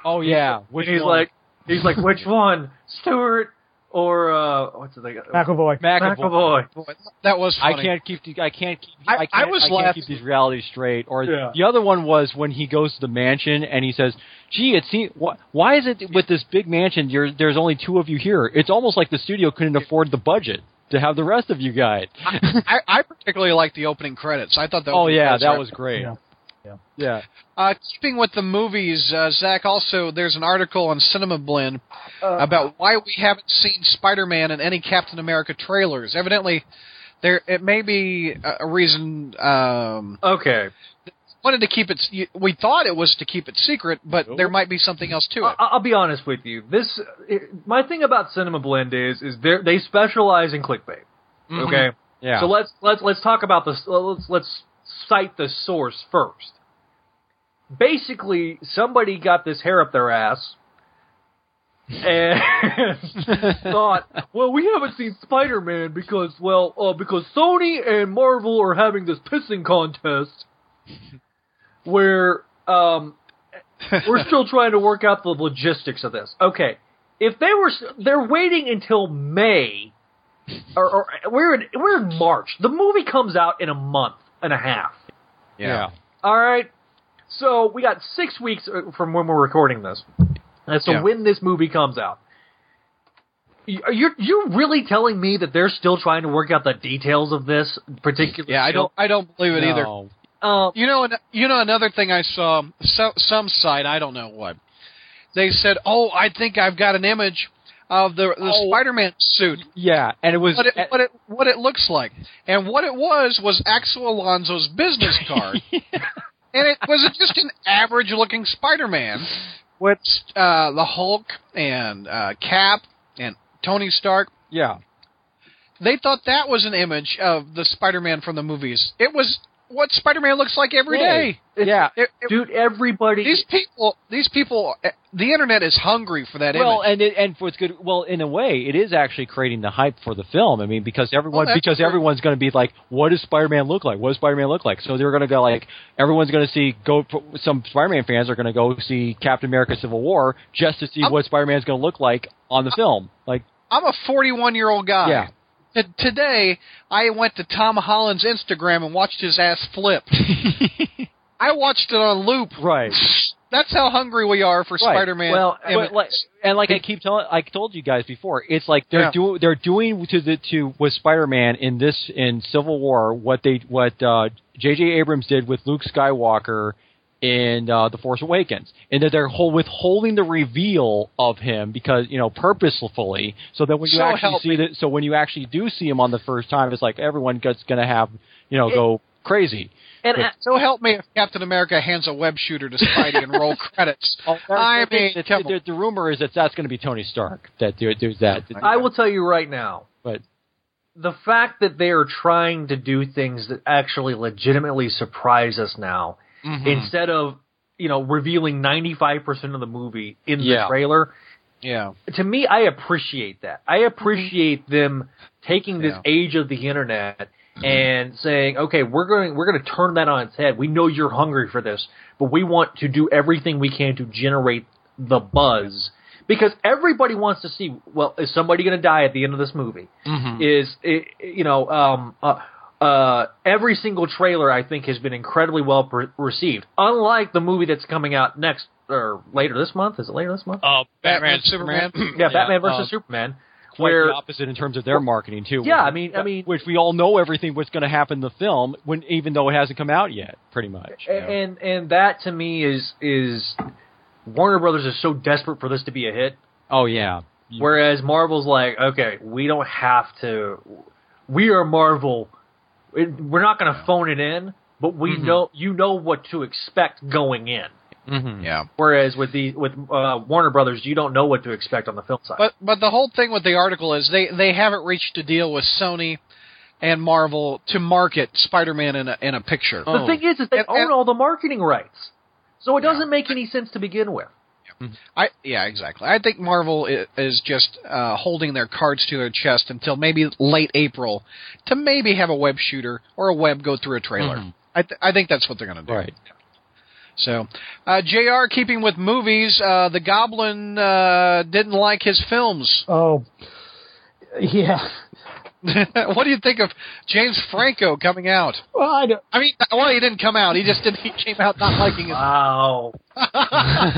oh yeah. Which Which he's one? like, he's like, which one, Stewart or uh, what's it like? McAvoy. McAvoy. McAvoy. That was. I Funny. can't keep the, I can't keep I- I, can't, I was I can't laughing. keep these realities straight. Or Yeah. the other one was when he goes to the mansion and he says, "Gee, it seems wh- why is it with this big mansion? You're, there's only two of you here. It's almost like the studio couldn't afford the budget to have the rest of you guys." I, I particularly liked the opening credits. I thought that. oh yeah, that was great. Yeah. Yeah. Uh, keeping with the movies, uh, Zach. Also, there's an article on Cinema Blend about why we haven't seen Spider-Man in any Captain America trailers. Evidently, there it may be a, a reason. Um, Okay, wanted to keep it. s- you- We thought it was to keep it secret, but there might be something else to it. I, I'll be honest with you. This it, my thing about Cinema Blend is is they they specialize in clickbait. Okay, Yeah. so let's let's let's talk about this. Let's let's cite the source first. Basically, somebody got this hair up their ass and thought, "Well, we haven't seen Spider-Man because, well, uh, because Sony and Marvel are having this pissing contest where um, we're still trying to work out the logistics of this." Okay, if they were, s- they're waiting until May, or, or we're in we're in March. The movie comes out in a month and a half. yeah. All right. So we got six weeks uh, from when we're recording this as to Yeah. when this movie comes out. Y- Are you you really telling me that they're still trying to work out the details of this particular? Yeah, I don't. I don't believe it either. No. Uh, You know, an- you know another thing I saw so, some site I don't know what they said. Oh, I think I've got an image of the, the Spider-Man suit. Yeah, and it was What it, what it what it looks like, and what it was was Axel Alonso's business card, and it was just an average-looking Spider-Man with uh, the Hulk and uh, Cap and Tony Stark. yeah. They thought that was an image of the Spider-Man from the movies. It was what Spider-Man looks like every Hey. day. Yeah. It- it- dude, everybody. these people, these people, eh, the internet is hungry for that Well, image. and it, and what's good, well, in a way, it is actually creating the hype for the film. I mean, because everyone Well, that's because true. everyone's going to be like, what does Spider-Man look like? What does Spider-Man look like? So they're going to go like, everyone's going to see go. Some Spider-Man fans are going to go see Captain America: Civil War just to see I'm- what Spider-Man's going to look like on the film. Like, I'm a 41 year old guy. Yeah. T- today, I went to Tom Holland's Instagram and watched his ass flip. I watched it on loop. right. That's how hungry we are for Spider-Man. Well, images. but like, and like I keep telling, I told you guys before, it's like they're Yeah. doing they're doing to the to with Spider-Man in this in Civil War what they what uh J.J. Abrams did with Luke Skywalker in uh, the Force Awakens, and that they're whole, withholding the reveal of him because you know purposefully, so that when you So actually help see that, so when you actually do see him on the first time, it's like everyone gets gonna have you know go crazy. and I- so help me if Captain America hands a web shooter to Spidey and roll credits. I mean, Oh, the, come the, on. the rumor is that that's going to be Tony Stark. That there, there's that. I will tell you right now, But the fact that they are trying to do things that actually legitimately surprise us now, instead of you know revealing ninety five percent of the movie in the Yeah. trailer, yeah. to me, I appreciate that. I appreciate them taking this Yeah. age of the internet and saying, "Okay, we're going we're going to turn that on its head. We know you're hungry for this, but we want to do everything we can to generate the buzz because everybody wants to see. Well, is somebody going to die at the end of this movie? Is it, you know, um, uh, uh, every single trailer I think has been incredibly well pre- received. Unlike the movie that's coming out next or later this month. Is it later this month? Uh, Batman, Batman, Superman. yeah, Batman versus um, uh, Superman. quite Where the opposite in terms of their marketing too. Yeah, I mean- I mean- which we all know everything what's going to happen in the film when even though it hasn't come out yet, pretty much. you know. and and that to me is is Warner Brothers is so desperate for this to be a hit, oh yeah, Mm. You- whereas Marvel's like, okay, we don't have to. We are Marvel. It- We're not going to phone it in, but we Mm-hmm. know you know what to expect going in. Yeah. Whereas with the with uh, Warner Brothers, you don't know what to expect on the film side. But but the whole thing with the article is they they haven't reached a deal with Sony and Marvel to market Spider-Man in a in a picture. Oh, the thing is, is they um, And- own and- all the marketing rights, so it doesn't make any sense to begin with. I yeah, exactly. I think Marvel i- is just uh, holding their cards to their chest until maybe late April to maybe have a web shooter or a web go through a trailer. Mm-hmm. I th- I think that's what they're going to do. right. So, uh, Jr. Keeping with movies, uh, the Goblin uh, didn't like his films. Oh, yeah. what do you think of James Franco coming out? Well, I don't. I mean, well, he didn't come out. He just didn't. He came out not liking Uh, his. Wow.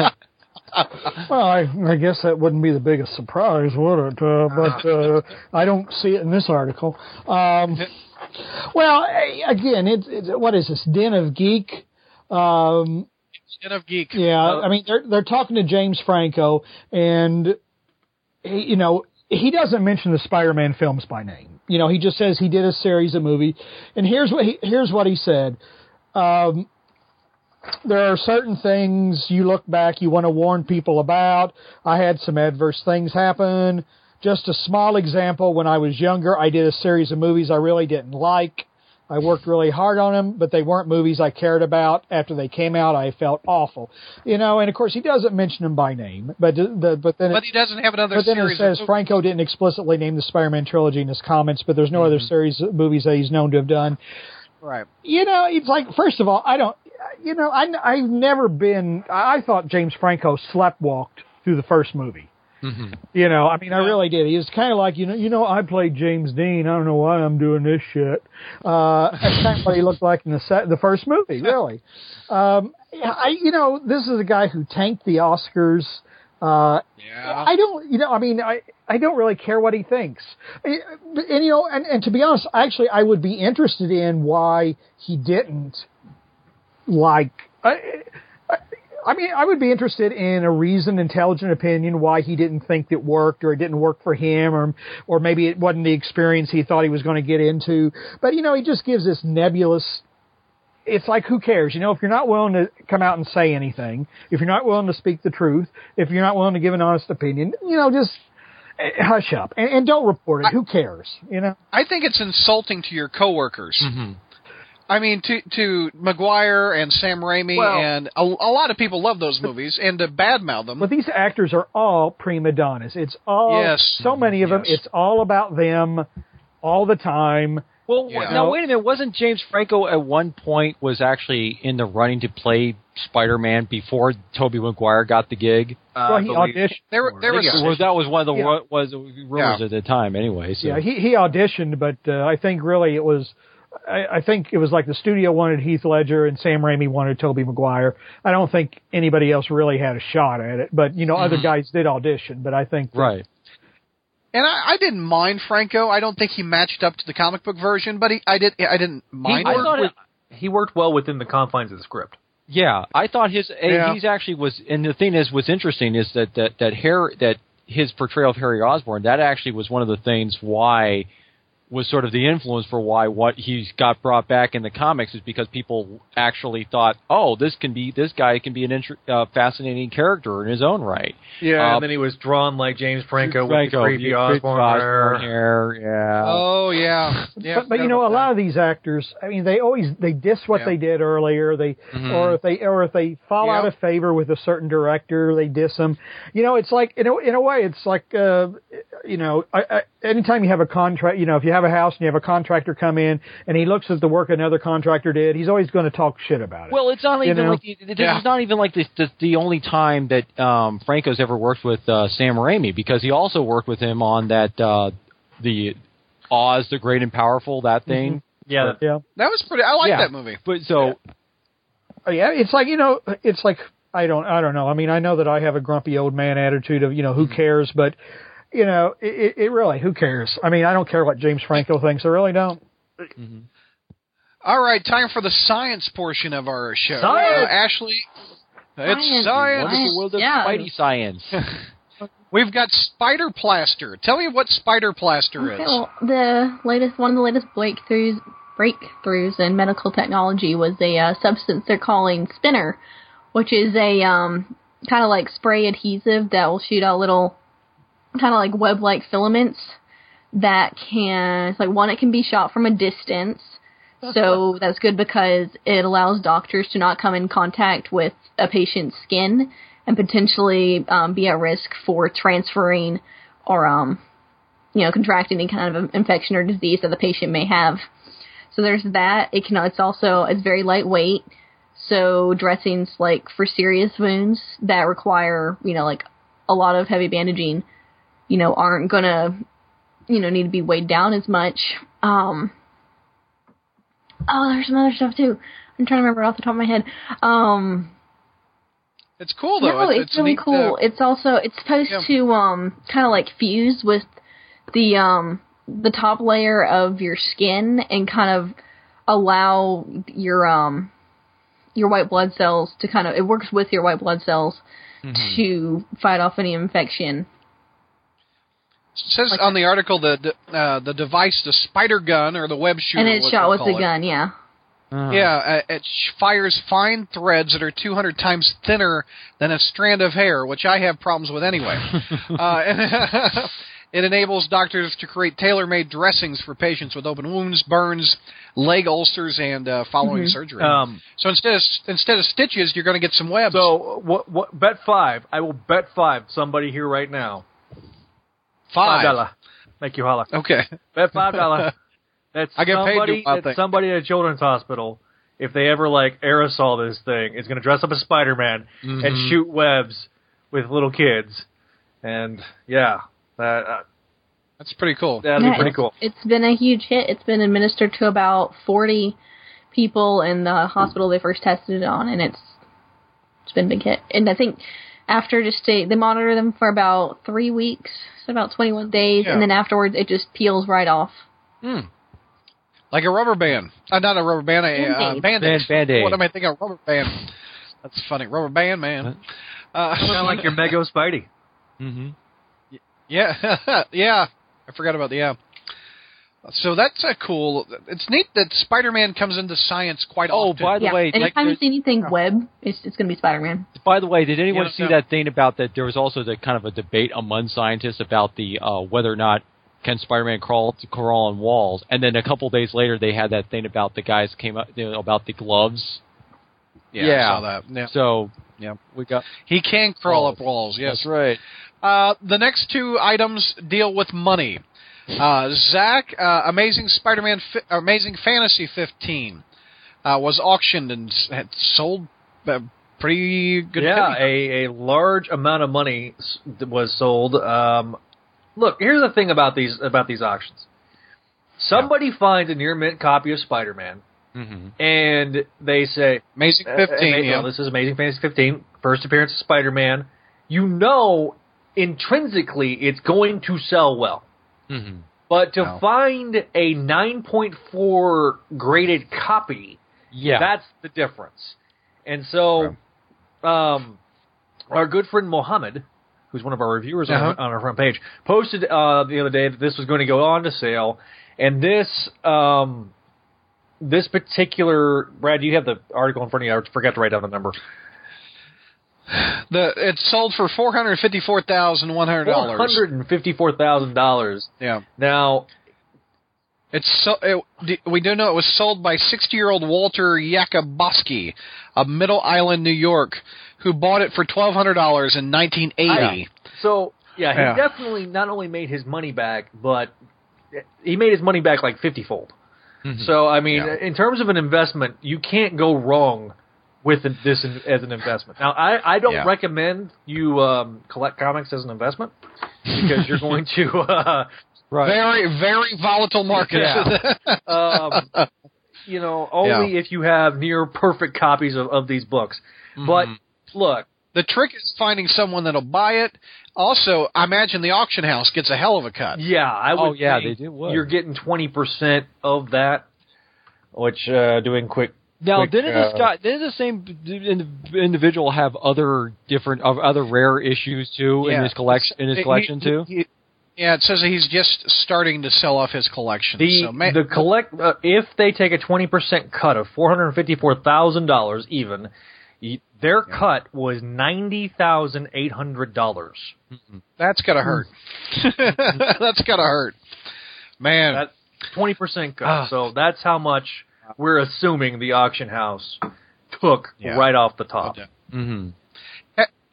Well, I, I guess that wouldn't be the biggest surprise, would it? Uh, but uh, I don't see it in this article. Um, well, eh, again, it's, it's what is this Den of Geek? Um, Son of geek. Yeah, I mean they're they're talking to James Franco, and he, you know he doesn't mention the Spider-Man films by name. You know he just says he did a series of movie, and here's what he, here's what he said. Um, there are certain things you look back, you want to warn people about. I had some adverse things happen. Just a small example: when I was younger, I did a series of movies I really didn't like. I worked really hard on them, but they weren't movies I cared about. After they came out, I felt awful, you know. And of course, he doesn't mention them by name, but the, but then it- But he doesn't have another but then it series. of says Franco didn't explicitly name the Spider-Man trilogy in his comments, but there's no other Mm-hmm. series of movies that he's known to have done. Right. You know, it's like first of all, I don't. You know, I I've never been. I I thought James Franco sleptwalked through the first movie. Mm-hmm. You know, I mean, I really did. He was kind of like, you know, you know, I played James Dean. I don't know why I'm doing this shit. Uh, that's kind of what he looked like in the set, the first movie, really. Um, I, you know, this is a guy who tanked the Oscars. Uh, yeah. I don't, you know, I mean, I, I don't really care what he thinks. I- And, you know, and, and to be honest, actually, I would be interested in why he didn't like. I, I, I mean, I would be interested in a reasoned, intelligent opinion why he didn't think it worked, or it didn't work for him, or or maybe it wasn't the experience he thought he was going to get into. But you know, he just gives this nebulous it's like who cares? You know, if you're not willing to come out and say anything, if you're not willing to speak the truth, if you're not willing to give an honest opinion, you know, just eh, hush up and, and don't report it. Who cares? You know. I think it's insulting to your coworkers. I mean, to to McGuire and Sam Raimi, Well- and a, a lot of people love those movies, and to badmouth them. But these actors are all prima donnas. It's all Yes. so many of them. Yes. It's all about them, all the time. Well, Yeah. now wait a minute. Wasn't James Franco at one point was actually in the running to play Spider-Man before Toby Maguire got the gig? Uh, well, I he believe- auditioned. there, were- there Well, was that was one of the Yeah. ru- was rumors at the time, anyway. So. Yeah, he he auditioned, but uh, I think really it was. I, I think it was like the studio wanted Heath Ledger and Sam Raimi wanted Toby Maguire. I don't think anybody else really had a shot at it, but you know, other guys did audition. But I think that- right. and I, I didn't mind Franco. I don't think he matched up to the comic book version, but he, I did. I didn't He mind. worked, him. with- he worked well within the confines of the script. Yeah, I thought his eh, Yeah. he's actually was, and the thing is, what's interesting is that that that Harry that his portrayal of Harry Osborn that actually was one of the things why was sort of the influence for why what he's got brought back in the comics is because people actually thought, oh, this can be this guy can be an inter- uh, fascinating character in his own right. Yeah, Uh, and then he was drawn like James Franco, Franco, with the creepy Creepy Osborne. Osborn hair. hair, yeah. Oh yeah, yeah. but, but you know, a lot of these actors, I mean, they always they diss what Yeah. Mm-hmm. they did earlier. They or if they or if they fall Yeah. out of favor with a certain director, they diss them. You know, it's like in a in a way, it's like uh, you know, I, I, anytime you have a contract, you know, if you have a house and you have a contractor come in and he looks at the work another contractor did, he's always going to talk shit about it. Well, it's not You even know? like the, this is not even like the, the the only time that um, Franco's ever worked with uh, Sam Raimi because he also worked with him on that uh, the Oz the Great and Powerful that thing. Yeah, yeah. That was pretty. I like Yeah. that movie. But so Oh, yeah, it's like you know, it's like I don't, I don't know. I mean, I know that I have a grumpy old man attitude of you know Mm-hmm. who cares, but you know, it, it- it really who cares. I mean, I don't care what James Franco thinks. I really don't. All right, time for the science portion of our show. Science! Uh, Ashley, it's Science. science. what is the world of Yeah. Spidey science? We've got spider plaster. Tell me what spider plaster is. Okay, well, the latest one of the latest breakthroughs breakthroughs in medical technology was a uh, substance they're calling spinner, which is a um, kind of like spray adhesive that will shoot out little kind of like web like filaments that can it's like one it can be shot from a distance. So that's good because it allows doctors to not come in contact with a patient's skin and potentially um, be at risk for transferring or um, you know, contract any kind of infection or disease that the patient may have. So there's that. It can. It's also it's very lightweight. So dressings like for serious wounds that require you know like a lot of heavy bandaging, you know, aren't gonna you know need to be weighed down as much. Um, oh, there's some other stuff too. I'm trying to remember off the top of my head. Um, it's cool though. no, it's, really neat, uh, cool. it's also it's supposed Yeah. to um kind of like fuse with the um the top layer of your skin and kind of allow your um your white blood cells to kind of it works with your white blood cells Mm-hmm. to fight off any infection. It says on the article the the, uh, the device, the spider gun or the web shooter, and it's what shot they with call the it. gun, yeah. Oh. Yeah, uh, it sh- fires fine threads that are 200 times thinner than a strand of hair, which I have problems with anyway. uh, it enables doctors to create tailor-made dressings for patients with open wounds, burns, leg ulcers, and uh, following Mm-hmm. surgery. Um, so instead of instead of stitches, you're going to get some webs. so Oh, what? What? Bet five. I will bet five. Somebody here right now. Five dollar. Make you holla. Okay. Bet five dollar. That's I get paid to somebody. do my that's thing. somebody at a children's hospital. If they ever like aerosol this thing, is going to dress up as Spider Man and shoot webs with little kids. And yeah, that uh, That's pretty cool. that'd Yeah, be pretty it's- cool. It's been a huge hit. It's been administered to about 40 people in the hospital they first tested it on, and it's it's been a big hit. And I think after just they, they monitor them for about three weeks, so about 21 days, Yeah. and then afterwards it just peels right off. Like a rubber band. Uh, not a rubber band, a uh, Band-Aid. bandage. Band- Band-Aid. What am I thinking? of? Rubber band. That's funny. Rubber band, man. Uh, Kind of like your Mego Spidey. Mm-hmm. Yeah, yeah. I forgot about the yeah. So that's a cool. It's neat that Spider-Man comes into science quite Oh, often. by the yeah. way, like, Anytime you there's- see anything web, it's, it's going to be Spider Man. by the way, did anyone Yeah, see no. that thing about that? There was also the kind of a debate among scientists about the uh, whether or not can Spider-Man crawl to crawl on walls, and then a couple days later they had that thing about the guys came up you know, about the gloves. yeah, yeah. I saw that. Yeah. So Yeah. we got He can crawl Walls. up walls. Yes. that's right. Uh, the next two items deal with money. Uh, Zach, uh, Amazing Spider-Man, fi- Amazing Fantasy 15 uh, was auctioned and s- had sold uh, pretty good. yeah, penny. a, a large amount of money s- was sold. Um, look, here's the thing about these about these auctions. Somebody finds a near mint copy of Spider-Man, and they say, Amazing uh, 15. ama- Mm-hmm. yeah. well, this is Amazing Fantasy 15, first appearance of Spider-Man." You know, intrinsically, it's going to sell well. Mm-hmm. But to Wow. find a 9.4 graded copy Yeah, that's the difference. And so, um, our good friend Mohammed, who's one of our reviewers on, Uh-huh. our, on our front page, posted uh, the other day that this was going to go on to sale, and this um, this particular Brad, do you have the article in front of you? I forgot to write down the number. The it sold for four hundred fifty-four thousand one hundred One dollars. hundred and fifty-four thousand dollars. Yeah. Now, It's so it, d- we do know it was sold by 60-year-old Walter Yakuboski of Middle Island, New York, who bought it for twelve hundred dollars in nineteen eighty. so yeah, he Yeah. definitely not only made his money back, but he made his money back like fifty fold. So I mean, in terms of an investment, you can't go wrong with an- this in- as an investment. Now, I, I don't Yeah. recommend you um, collect comics as an investment because you're going to uh, Very, very volatile market. Yeah. um, you know only if you have near perfect copies of, of these books. But look, Mm-hmm. the trick is finding someone that'll buy it. Also, I imagine the auction house gets a hell of a cut. yeah, I would. Oh, yeah, think they do- would. You're getting twenty percent of that, which uh, doing quick. Now, quick, didn't this uh, guy, didn't the same in- individual have other different, of other rare issues too in Yeah. his collection? In his He- collection he- too. he- yeah, it says that he's just starting to sell off his collection. The so ma- the collect uh, if they take a twenty percent cut of four hundred fifty four thousand dollars even, y- their cut was ninety thousand eight hundred dollars. that's gotta hurt. that's gotta hurt, man. That twenty percent cut. So that's how much we're assuming the auction house took Yeah. right off the top. Mm-hmm.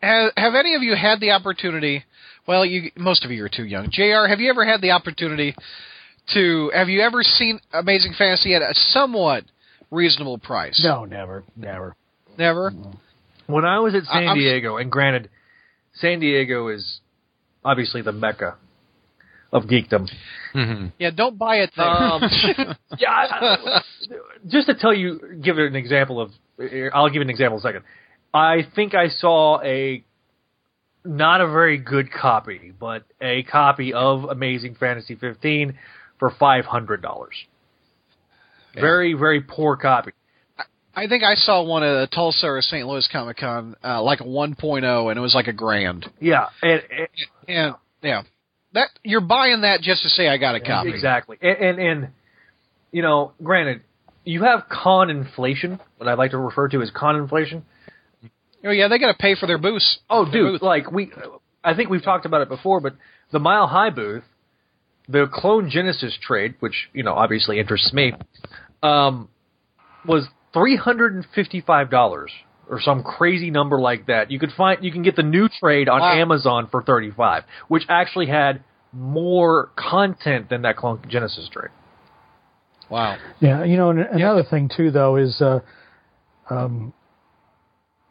have, have any of you had the opportunity? Well, you most of you are too young. Jr. Have you ever had the opportunity to? Have you ever seen Amazing Fantasy at a somewhat reasonable price? No, never, never. never. When I was at I- San I'm s- Diego, and granted, San Diego is obviously the mecca of geekdom. Mm-hmm. Yeah, don't buy it there. Um, yeah, I- I- just to tell you, give it an example of. I'll give an example in a second. I think I saw a not a very good copy, but a copy of Amazing Fantasy 15 for five hundred dollars. Very very poor copy. I think I saw one at a Tulsa or St. Louis Comic Con, uh, like a 1.0, and it was like a grand. Yeah, and, and- And yeah, that you're buying that just to say I got a copy. exactly. And, and and you know, granted, you have con inflation, what I like to refer to as con inflation. Oh yeah, they got to pay for their booths. Oh, their dude, booth. like we, I think we've talked about it before, but the Mile High booth, the Clone Genesis trade, which you know obviously interests me, um, was three hundred and fifty-five dollars or some crazy number like that. You could find, you can get the new trade on Wow. Amazon for thirty-five, which actually had more content than that Clone Genesis trade. Wow. Yeah, you know, and another thing too, though, is uh, um,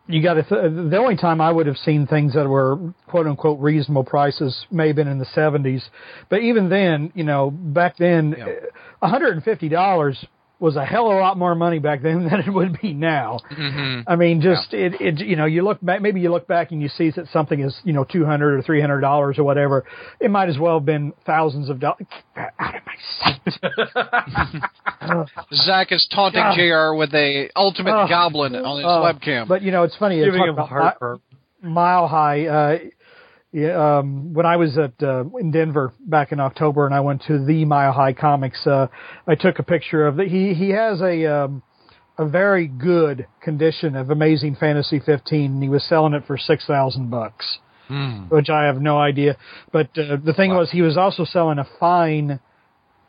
you got to. Th- the only time I would have seen things that were quote unquote reasonable prices may have been in the seventies, but even then, you know, back then, Yeah. uh one hundred and fifty dollars was a hell of a lot more money back then than it would be now. I mean, just it, it, you know, you look back, maybe you look back and you see that something is, you know, two hundred or three hundred dollars or whatever. It might as well have been thousands of dollars. out of my sight. Zach is taunting Ah. God. Jr. with a ultimate Oh. goblin on his Uh, webcam. But you know, it's funny. you Giving talk him about heart mi- mile high. Uh, yeah, um, when I was at uh, in Denver back in October, and I went to the Mile High Comics, uh, I took a picture of the. He he has a um, a very good condition of Amazing Fantasy 15, and he was selling it for six thousand bucks, which I have no idea. But uh, the thing was, he was also selling a fine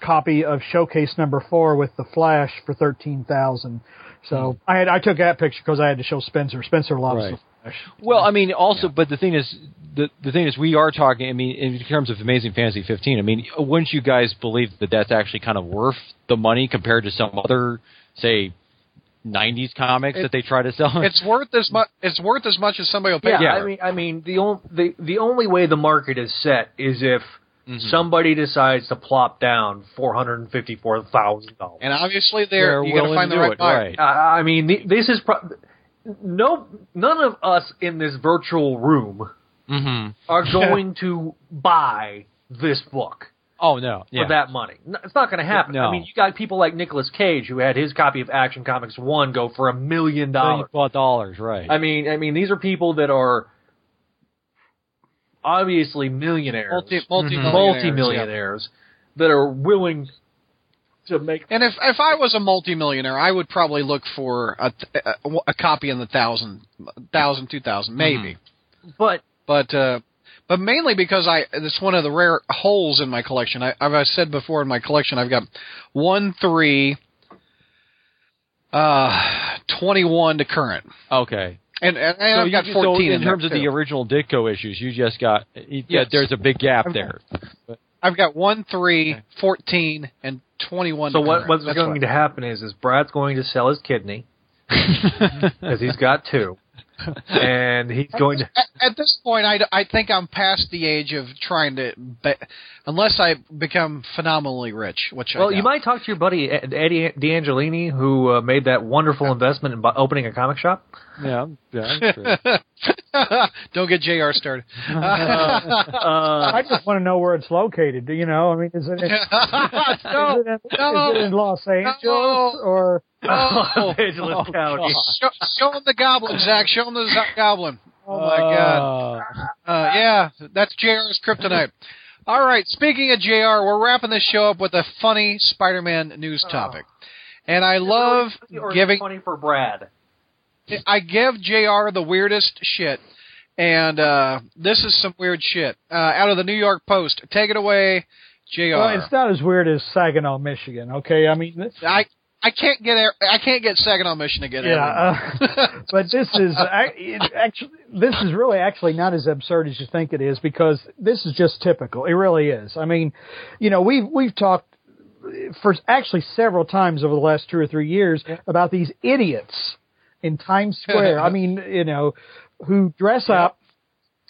copy of Showcase Number Four with the Flash for thirteen thousand. So I had I took that picture because I had to show Spencer. Spencer loves Right. the Flash. Well, I mean, also, but the thing is, the the thing is, we are talking. I mean, in terms of Amazing Fantasy 15, I mean, wouldn't you guys believe that that's actually kind of worth the money compared to some other, say, 90s comics that they try to sell? it's worth as much. It's worth as much as somebody will pay. Yeah, for it. I mean, I mean, the only the the only way the market is set is if somebody decides to plop down four hundred and fifty four thousand dollars. and obviously They're they're, you got willing to find the to do right it, buyer. right. Uh, I mean, th- this is pro- no none of us in this virtual room Mm-hmm. are going to buy this book oh no, for yeah. that money. No, it's not going to happen. No. I mean, you got people like Nicolas Cage who had his copy of Action Comics one go for a million dollars. Thirty-four dollars, right? I mean, I mean, these are people that are obviously millionaires, Multi, multi, multimillionaires that are willing to make. And if if I was a multimillionaire, I would probably look for a th- a, a copy in the thousand, thousand, two thousand, Mm-hmm. maybe. But But uh, but mainly because I it's one of the rare holes in my collection. I, I've I said before in my collection, I've got one three, uh, twenty one to current, okay. and and, and so I've you got just- fourteen so in there, terms of too. the original Ditko issues, you just got yeah. There's a big gap there. I've got 1, 3, 14, and 21. So to what, cover. what's That's going what- to happen is, is Brad's going to sell his kidney because he's got two, and he's going to. at, at this point, I, d- I think I'm past the age of trying to, be, unless I become phenomenally rich, which I Well, you doubt. might talk to your buddy Ed- Eddie D'Angelini, who uh, made that wonderful investment in bu- opening a comic shop. Yeah, yeah, that's true. Don't get Jr. started. Uh, I just want to know where it's located. You know, I mean, is it in, no, is it in, no. is it in Los Angeles or? Oh, no. Angeles County. show, show him the goblin, Zach. Show him the Z- goblin. Oh my god. Uh, yeah, that's Jr.'s kryptonite. All right, speaking of Jr., we're wrapping this show up with a funny Spider-Man news topic. And I love giving twenty for Brad. I give JR the weirdest shit. And uh, this is some weird shit. Uh, out of the New York Post. Take it away, JR. Well, it's not as weird as Saginaw, Michigan. Okay, I mean, th- I I can't get air- I can't get Saginaw Mission to get yeah, everyone. uh, but this is I- it actually this is really actually not as absurd as you think it is because this is just typical. It really is. I mean, you know, we've we've talked for actually several times over the last two or three years about these idiots in Times Square. I mean, you know, who dress up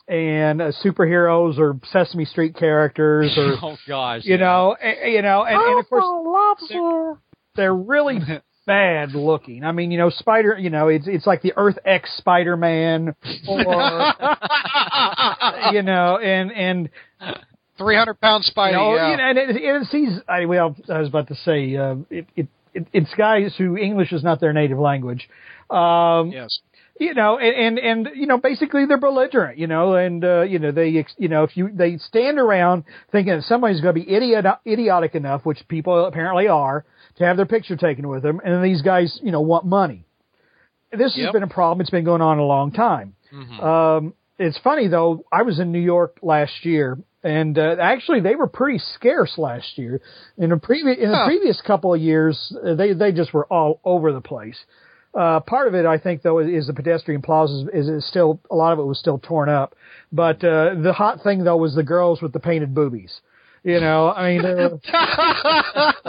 and uh, superheroes or Sesame Street characters or oh gosh, you know, a- you know, and, and of course they're, they're really bad looking. I mean, you know, Spider, you know, it's it's like the Earth X Spider Man, or you know, and and Three hundred pound you Spidey. know, yeah. you know, and it, it's these. I, well, I was about to say uh, it, it it it's guys who English is not their native language. Um, yes. you know, and, and and you know, basically they're belligerent, you know, and uh, you know they, ex- you know, if you they stand around thinking that somebody's going to be idiot idiotic enough, which people apparently are, to have their picture taken with them, and then these guys, you know, want money. This has Yep. Mm-hmm. been a problem. It's been going on a long time. Um, it's funny though. I was in New York last year, and uh, actually they were pretty scarce last year. In the previous in the Huh. previous couple of years, uh, they they just were all over the place. Uh, part of it, I think, though, is the pedestrian plazas is, is still a lot of it was still torn up. But uh, the hot thing though was the girls with the painted boobies. You know, I mean, they were,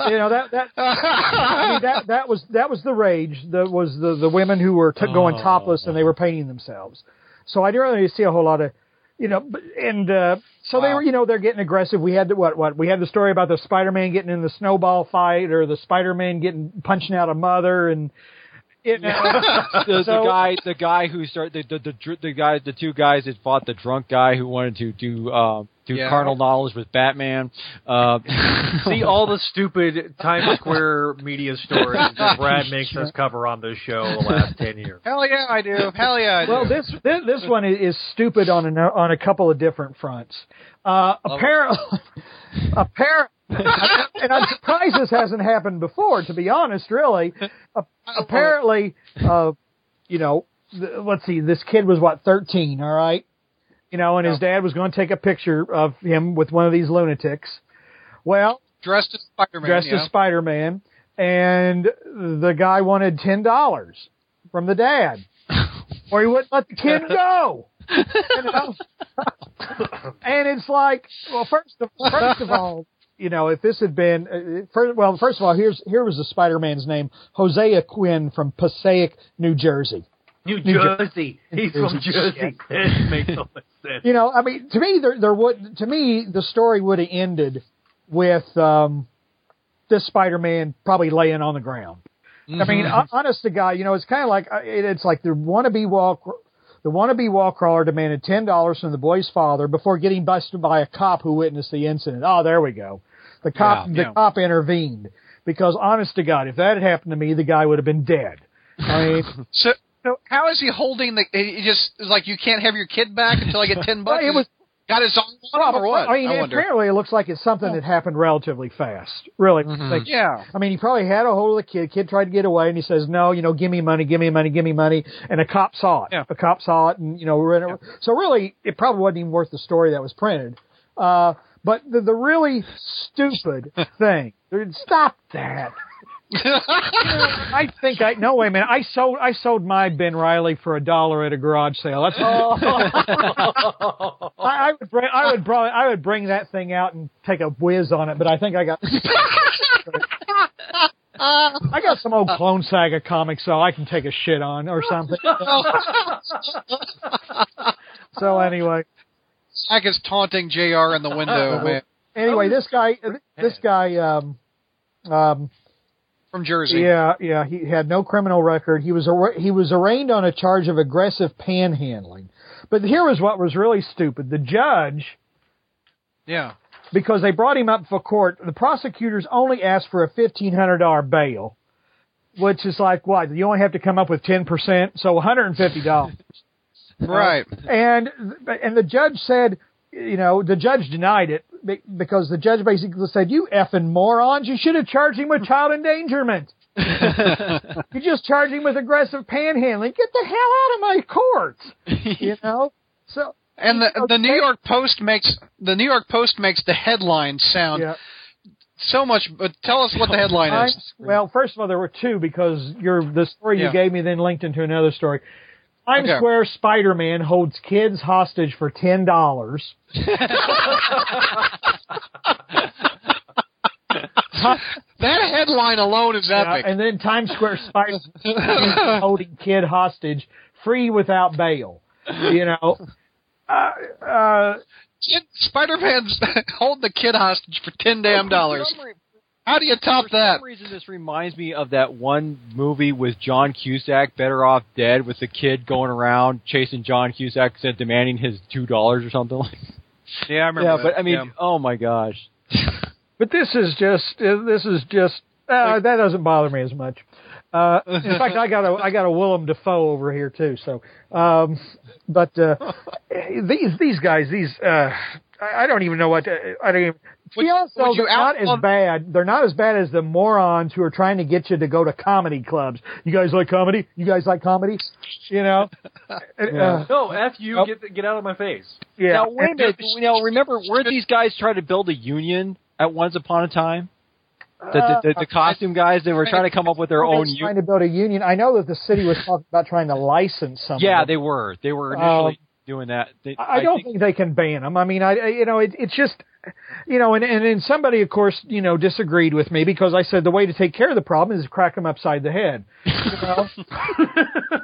you know that that I mean, that that was that was the rage. That was the the women who were t- going topless and they were painting themselves. So I didn't really see a whole lot of, you know, but- and uh, so they were, you know, they're getting aggressive. We had the, what what we had the story about the Spider-Man getting in the snowball fight or the Spider-Man getting punching out a mother and. You know, the, So- the guy, the guy who started the the, the dr- the guy, the two guys that fought the drunk guy who wanted to do um, do Yeah. carnal knowledge with Batman. Uh, See all the stupid Times Square media stories that Brad makes us cover on this show the last ten years. Hell yeah, I do. Hell yeah, I do. Well, this this, this one is is stupid on a on a couple of different fronts. Uh, apparently, apparently, and I'm surprised this hasn't happened before. To be honest, really, A- apparently, uh, you know, th- let's see, this kid was what 13, all right, you know, and his dad was going to take a picture of him with one of these lunatics. Well, dressed as Spider-Man. dressed yeah. as Spider Man, and the guy wanted ten dollars from the dad, or he wouldn't let the kid go. You know? and it's like, well, first of first of all, you know, if this had been uh, first, well, first of all, here's here was the Spider Man's name, Hosea Quinn from Passaic, New Jersey. New Jer- Jersey. He's from Jersey. That makes no sense. You know, I mean, to me, there there would to me the story would have ended with um, this Spider Man probably laying on the ground. I Mm-hmm. mean, hon- honest to God, you know, it's kind of like uh, it, it's like the wannabe wall, cr- the wannabe wall crawler demanded ten dollars from the boy's father before getting busted by a cop who witnessed the incident. Oh, there we go. The cop, Yeah, the yeah. cop intervened because, honest to God, if that had happened to me, the guy would have been dead. I mean, So, so how is he holding the? He just it's like you can't have your kid back until I get ten bucks. it was- got his arm off or what? I mean, wonder. apparently, it looks like it's something that happened relatively fast. Really, Like, Mm-hmm. Yeah. I mean, he probably had a hold of the kid. Kid tried to get away, and he says, "No, you know, give me money, give me money, give me money." And a cop saw it. Yeah. A cop saw it, and you know, we're in a- so really, it probably wasn't even worth the story that was printed. Uh, but the, the really stupid thing, dude, stop that. I think I no wait a minute. I sold I sold my Ben Riley for a dollar at a garage sale. That's Oh. I, I would bring I would probably I would bring that thing out and take a whiz on it, but I think I got I got some old Clone Saga comic, so I can take a shit on or something. so anyway, Sack is taunting Jr. in the window, man, anyway, this guy, this guy, um, um, from Jersey. yeah, yeah, he had no criminal record. He was arra- he was arraigned on a charge of aggressive panhandling. But here was what was really stupid: the judge yeah. because they brought him up for court. The prosecutors only asked for a fifteen hundred dollar bail, which is like what you only have to come up with ten percent, so one hundred and fifty dollars. Uh, Right. and and the judge said, you know, the judge denied it be- because the judge basically said, "You effing morons! You should have charged him with child endangerment. you just charged him with aggressive panhandling. Get the hell out of my court!" You know. So And the the New Okay. York Post makes the New York Post makes the headline sound Yeah. so much. But tell us what the headline Times- is. well, first of all, there were two because your the story Yeah. you gave me then linked into another story. Times Okay. Square Spider-Man holds kids hostage for ten dollars. That headline alone is Yeah, epic. and then Times Square Spider holding kid hostage, free without bail. You know, uh, uh, Kid- Spider-Man's hold the kid hostage for ten damn dollars. How do you top that? For some reason, this reminds me of that one movie with John Cusack, Better Off Dead, with the kid going around chasing John Cusack and demanding his two dollars or something. like Yeah, I Yeah, but I mean, oh my gosh. but this is just uh, this is just uh, that doesn't bother me as much. Uh, in fact, I got a I got a Willem Dafoe over here too. So, um, but uh, these these guys these uh, I, I don't even know what to, I don't even. To be Would- honest, though, would you um, they're not outlaw- as bad. They're not as bad as the morons who are trying to get you to go to comedy clubs. You guys like comedy? You guys like comedy? You know? And, uh, No, f you. Nope. Get the, get out of my face. yeah. Now wait a And- minute. Now remember, weren't these guys trying to build a union at once upon a time? The, the, the, the costume guys, they were trying to come up with their own Trying union. to build a union. Uh, I know that the city was talking about trying to license something. Yeah, they were. They were initially doing that. They, I I don't Um, think- think they can ban them. I mean, I I- you know, it, it's just you know, and and then somebody, of course, you know, disagreed with me because I said the way to take care of the problem is crack them upside the head. You know?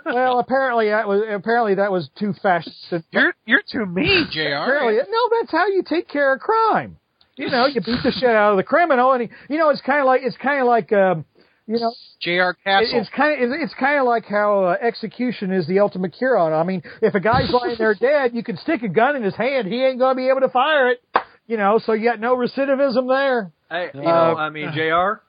well, apparently that was apparently that was too fast. You're you're too mean, Jr. Apparently, no, that's how you take care of crime. You know, you beat the shit out of the criminal, and he, you know, it's kind of like it's kind of like um, you know, Jr. it- Castle. it's kind of it's kind of like how uh, execution is the ultimate cure on. it. I mean, if a guy's lying there dead, you can stick a gun in his hand; he ain't gonna be able to fire it. You know, so you got no recidivism there. I, you know, I mean, Jr. You're,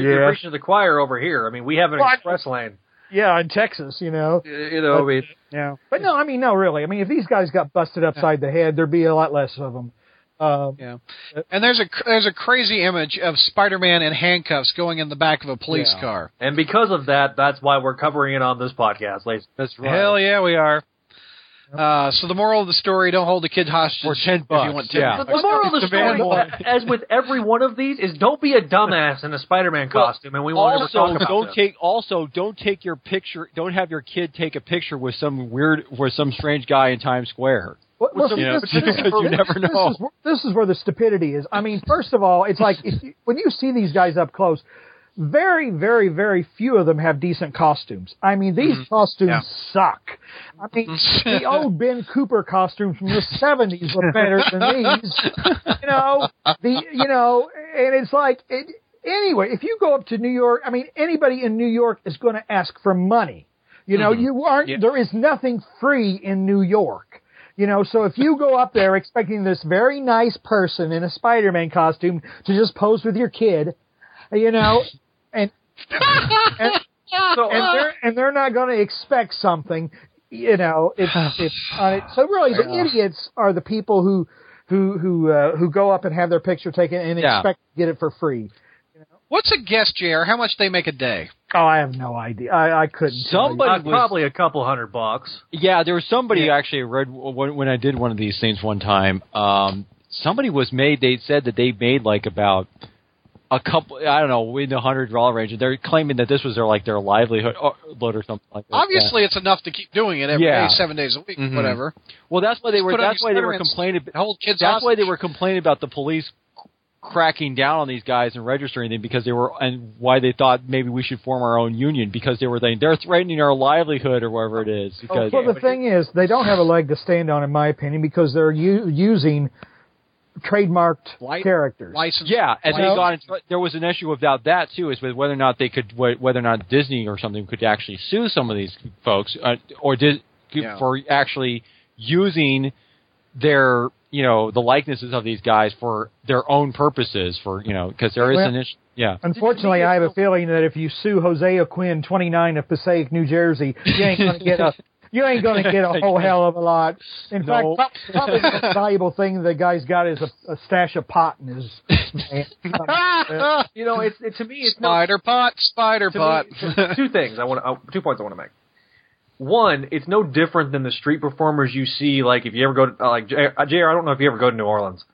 you're Yeah. preaching to the choir over here. I mean, we have an What? express lane. Yeah, in Texas, you know. Uh, You know, I mean, Yeah, but no, I mean, no, really. I mean, if these guys got busted upside the head, there'd be a lot less of them. Um, Yeah, and there's a cr- there's a crazy image of Spider-Man in handcuffs going in the back of a police Yeah. car. and because of that, that's why we're covering it on this podcast, ladies. that's right. Hell yeah, we are. Uh, so the moral of the story: don't hold the kid hostage For 10 If bucks, you want 10 yeah. The moral of the Demand story, as with every one of these, is don't be a dumbass in a Spider-Man costume, and we won't ever also talk about don't this. take also don't take your picture don't have your kid take a picture with some weird with some strange guy in Times Square. Well, well, see, know, this, this, because you this- never this know. is where- this is where the stupidity is. I mean, first of all, it's like if you, when you see these guys up close, very, very, very few of them have decent costumes. I mean, these Mm-hmm. costumes suck. I mean, the old Ben Cooper costumes from the seventies were better than these. You know, the you know, and it's like it, anyway. If you go up to New York, I mean, anybody in New York is going to ask for money. You know, Mm-hmm. you aren't. There is nothing free in New York. You know, so if you go up there expecting this very nice person in a Spider-Man costume to just pose with your kid, you know, and and, uh, and they're and they're not going to expect something, you know, it's it's on it. So really, the idiots are the people who who who uh, who go up and have their picture taken and Yeah. expect to get it for free. What's a guess, Jr. How much they make a day? Oh, I have no idea. I I couldn't. tell you. Somebody Uh, was- probably a couple hundred bucks. Yeah, there was somebody actually I read when, when I did one of these things one time. Um, somebody was made. They said that they made like about a couple, I don't know, in the hundred dollar range. They're claiming that this was their like their livelihood or, or something like that. Obviously, it's enough to keep doing it every day, Yeah. seven days a week, Mhm. whatever. Well, that's why they Just were. put on That's your why they were sweater and complaining. hold kids That's why they hostage. were complaining about the police c- cracking down on these guys and registering them because they were, and why they thought maybe we should form our own union because they were they they're threatening our livelihood or whatever it is because Okay. Oh, Well, the but thing is, they don't have a leg to stand on, in my opinion, because they're u- using trademarked Li- characters. License. yeah, and they Well- got in, tr- there was an issue about that too, is with whether or not they could wh- whether or not Disney or something could actually sue some of these folks uh, or did Yeah. for actually using their you know the likenesses of these guys for their own purposes for you know because there is Well- an issue yeah Unfortunately, I have a feeling that if you sue Jose Quinn, 29 of Passaic, New Jersey, you ain't gonna get a you ain't gonna get a whole hell of a lot. In No. fact, prob- probably the most valuable thing the guy's got is a, a stash of pot in his. you know, it's it, to me, it's not Spider pot, spider to pot. me, to- two things I want to, two points I want to make. One, it's no different than the street performers you see. Like if you ever go to uh, like J- uh, Jr. I don't know if you ever go to New Orleans.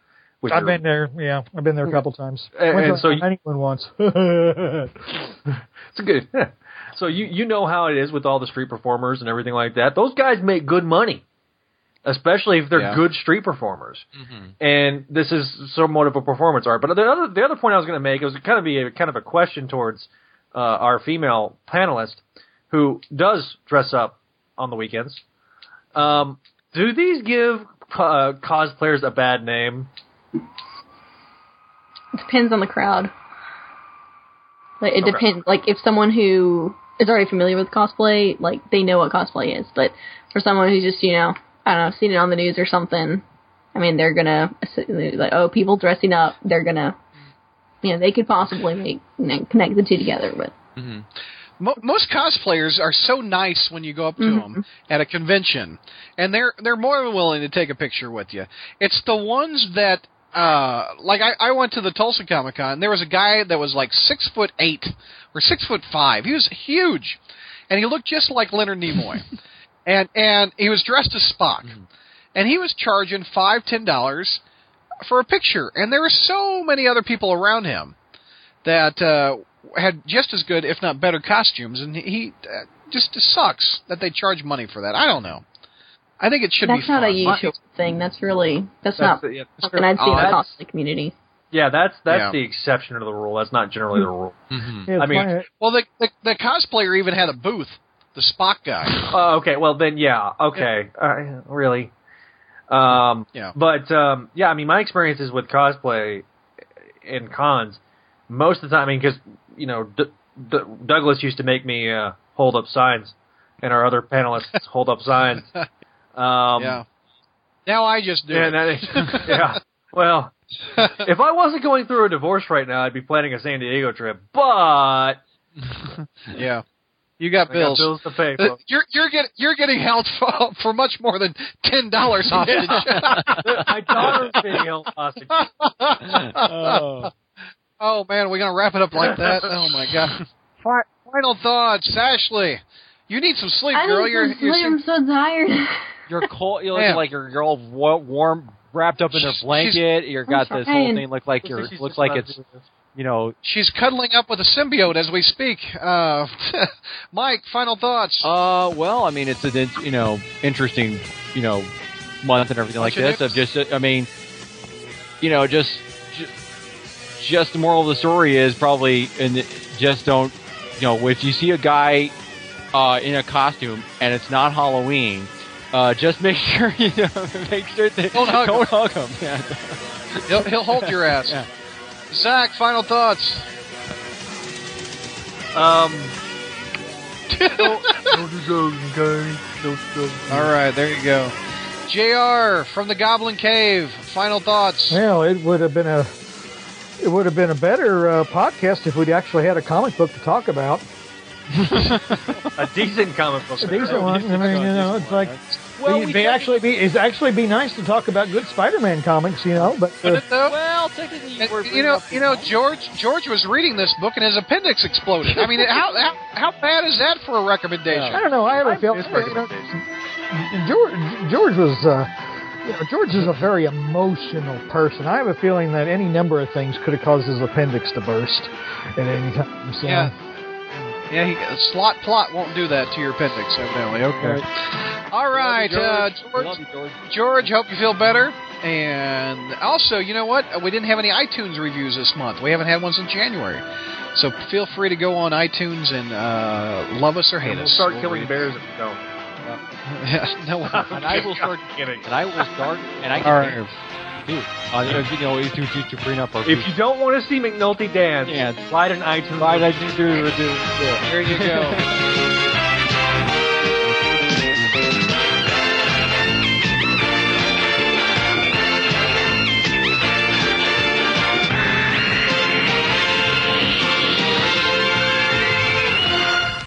Which I've are- been there, yeah, I've been there a couple times. And- Went to and so you- anyone once. well, It's good. so you you know how it is with all the street performers and everything like that. Those guys make good money, especially if they're Yeah. good street performers. And this is somewhat of a performance art. But the other the other point I was going to make it was kind of be a, kind of a question towards uh, our female panelist who does dress up on the weekends. Um, do these give uh, cosplayers a bad name? It depends on the crowd. Like, it depends. Like if someone who is already familiar with cosplay, like they know what cosplay is. But for someone who's just you know, I don't know, seen it on the news or something, I mean, they're gonna like oh, people dressing up. They're gonna, you know, they could possibly make you know, connect the two together. But Mo- most cosplayers are so nice when you go up to them at a convention, and they're they're more than willing to take a picture with you. It's the ones that. Uh, like I, I went to the Tulsa Comic Con. and There was a guy that was like six foot eight or six foot five. He was huge, and he looked just like Leonard Nimoy, and and he was dressed as Spock, Mm-hmm. and he was charging five ten dollars for a picture. And there were so many other people around him that uh, had just as good, if not better, costumes, and he, he uh, just it sucks that they charge money for that. I don't know. I think it should be that's not fun. a usual thing. That's really that's, That's not the- yeah, that's something I'd see in the true. cosplay community. Yeah, that's that's Yeah. the exception to the rule. That's not generally the rule. I mean- Well, the, the the cosplayer even had a booth. The Spock guy. Oh, okay. Well, then, yeah. Okay. Uh, really. Um, Yeah. But um, yeah, I mean, my experiences with cosplay in cons, most of the time, I mean, because you know, D- D- Douglas used to make me uh, hold up signs, and our other panelists hold up signs. Um, yeah. Now I just do. Yeah, it. that- yeah. Well, if I wasn't going through a divorce right now, I'd be planning a San Diego trip. But yeah. You got I got bills. bills to pay. Uh, folks. You're you're getting you're getting held for, for much more than ten dollars hostage. my daughter's being held hostage. uh, oh man, we're gonna wrap it up like that. Oh my god. Fi- Final thoughts, Ashley. You need some sleep, I girl. don't You're, even sleep. you're I'm so tired. You're cold. You Yeah. look like you're, you're all wa- warm, wrapped up in a She's- blanket. You got this whole trying. thing look like you're She's looks just like about it's to do this. you know. She's cuddling up with a symbiote as we speak. Uh, Mike, final thoughts. Uh, well, I mean, it's an in- you know interesting you know month and everything Bunch like of this. Of just uh, I mean, you know, just ju- just the moral of the story is probably and just don't you know if you see a guy uh, in a costume and it's not Halloween. Uh, just make sure you know, make sure that Don't hug don't hug him. Yeah. he'll, he'll hold your ass. Yeah. Zach, final thoughts. Um. don't do drugs, okay? Don't do drugs. All right, there you go. Jr. from the Goblin Cave. Final thoughts. it would have been a it would have been a better uh, podcast if we'd actually had a comic book to talk about. A decent comic book. A decent one. I mean, you know, it's like Well, it'd we be got- actually be it's actually be nice to talk about good Spider-Man comics, you know. But uh, Well, technically, you were And, you know, you know, George George was reading this book and his appendix exploded. I mean, how how, how bad is that for a recommendation? I don't know. I have a feeling His recommendation. George, George was uh, you know, George is a very emotional person. I have a feeling that any number of things could have caused his appendix to burst at any time. So. Yeah. Yeah, he, a slot plot won't do that to your appendix, evidently. Okay. All right, uh, George, George, hope you feel better. And also, you know what? We didn't have any iTunes reviews this month. We haven't had one since January. So feel free to go on iTunes and uh, love us or hate We'll us. start We'll killing read- bears. if we don't. Yeah, no, and I will start. Kidding. And I will start. And I can. All right. Dude, uh, you know, to, to, to bring up our. If you don't want to see McNulty dance, Yeah. slide an iTunes. Right, I do do do. do. there you go.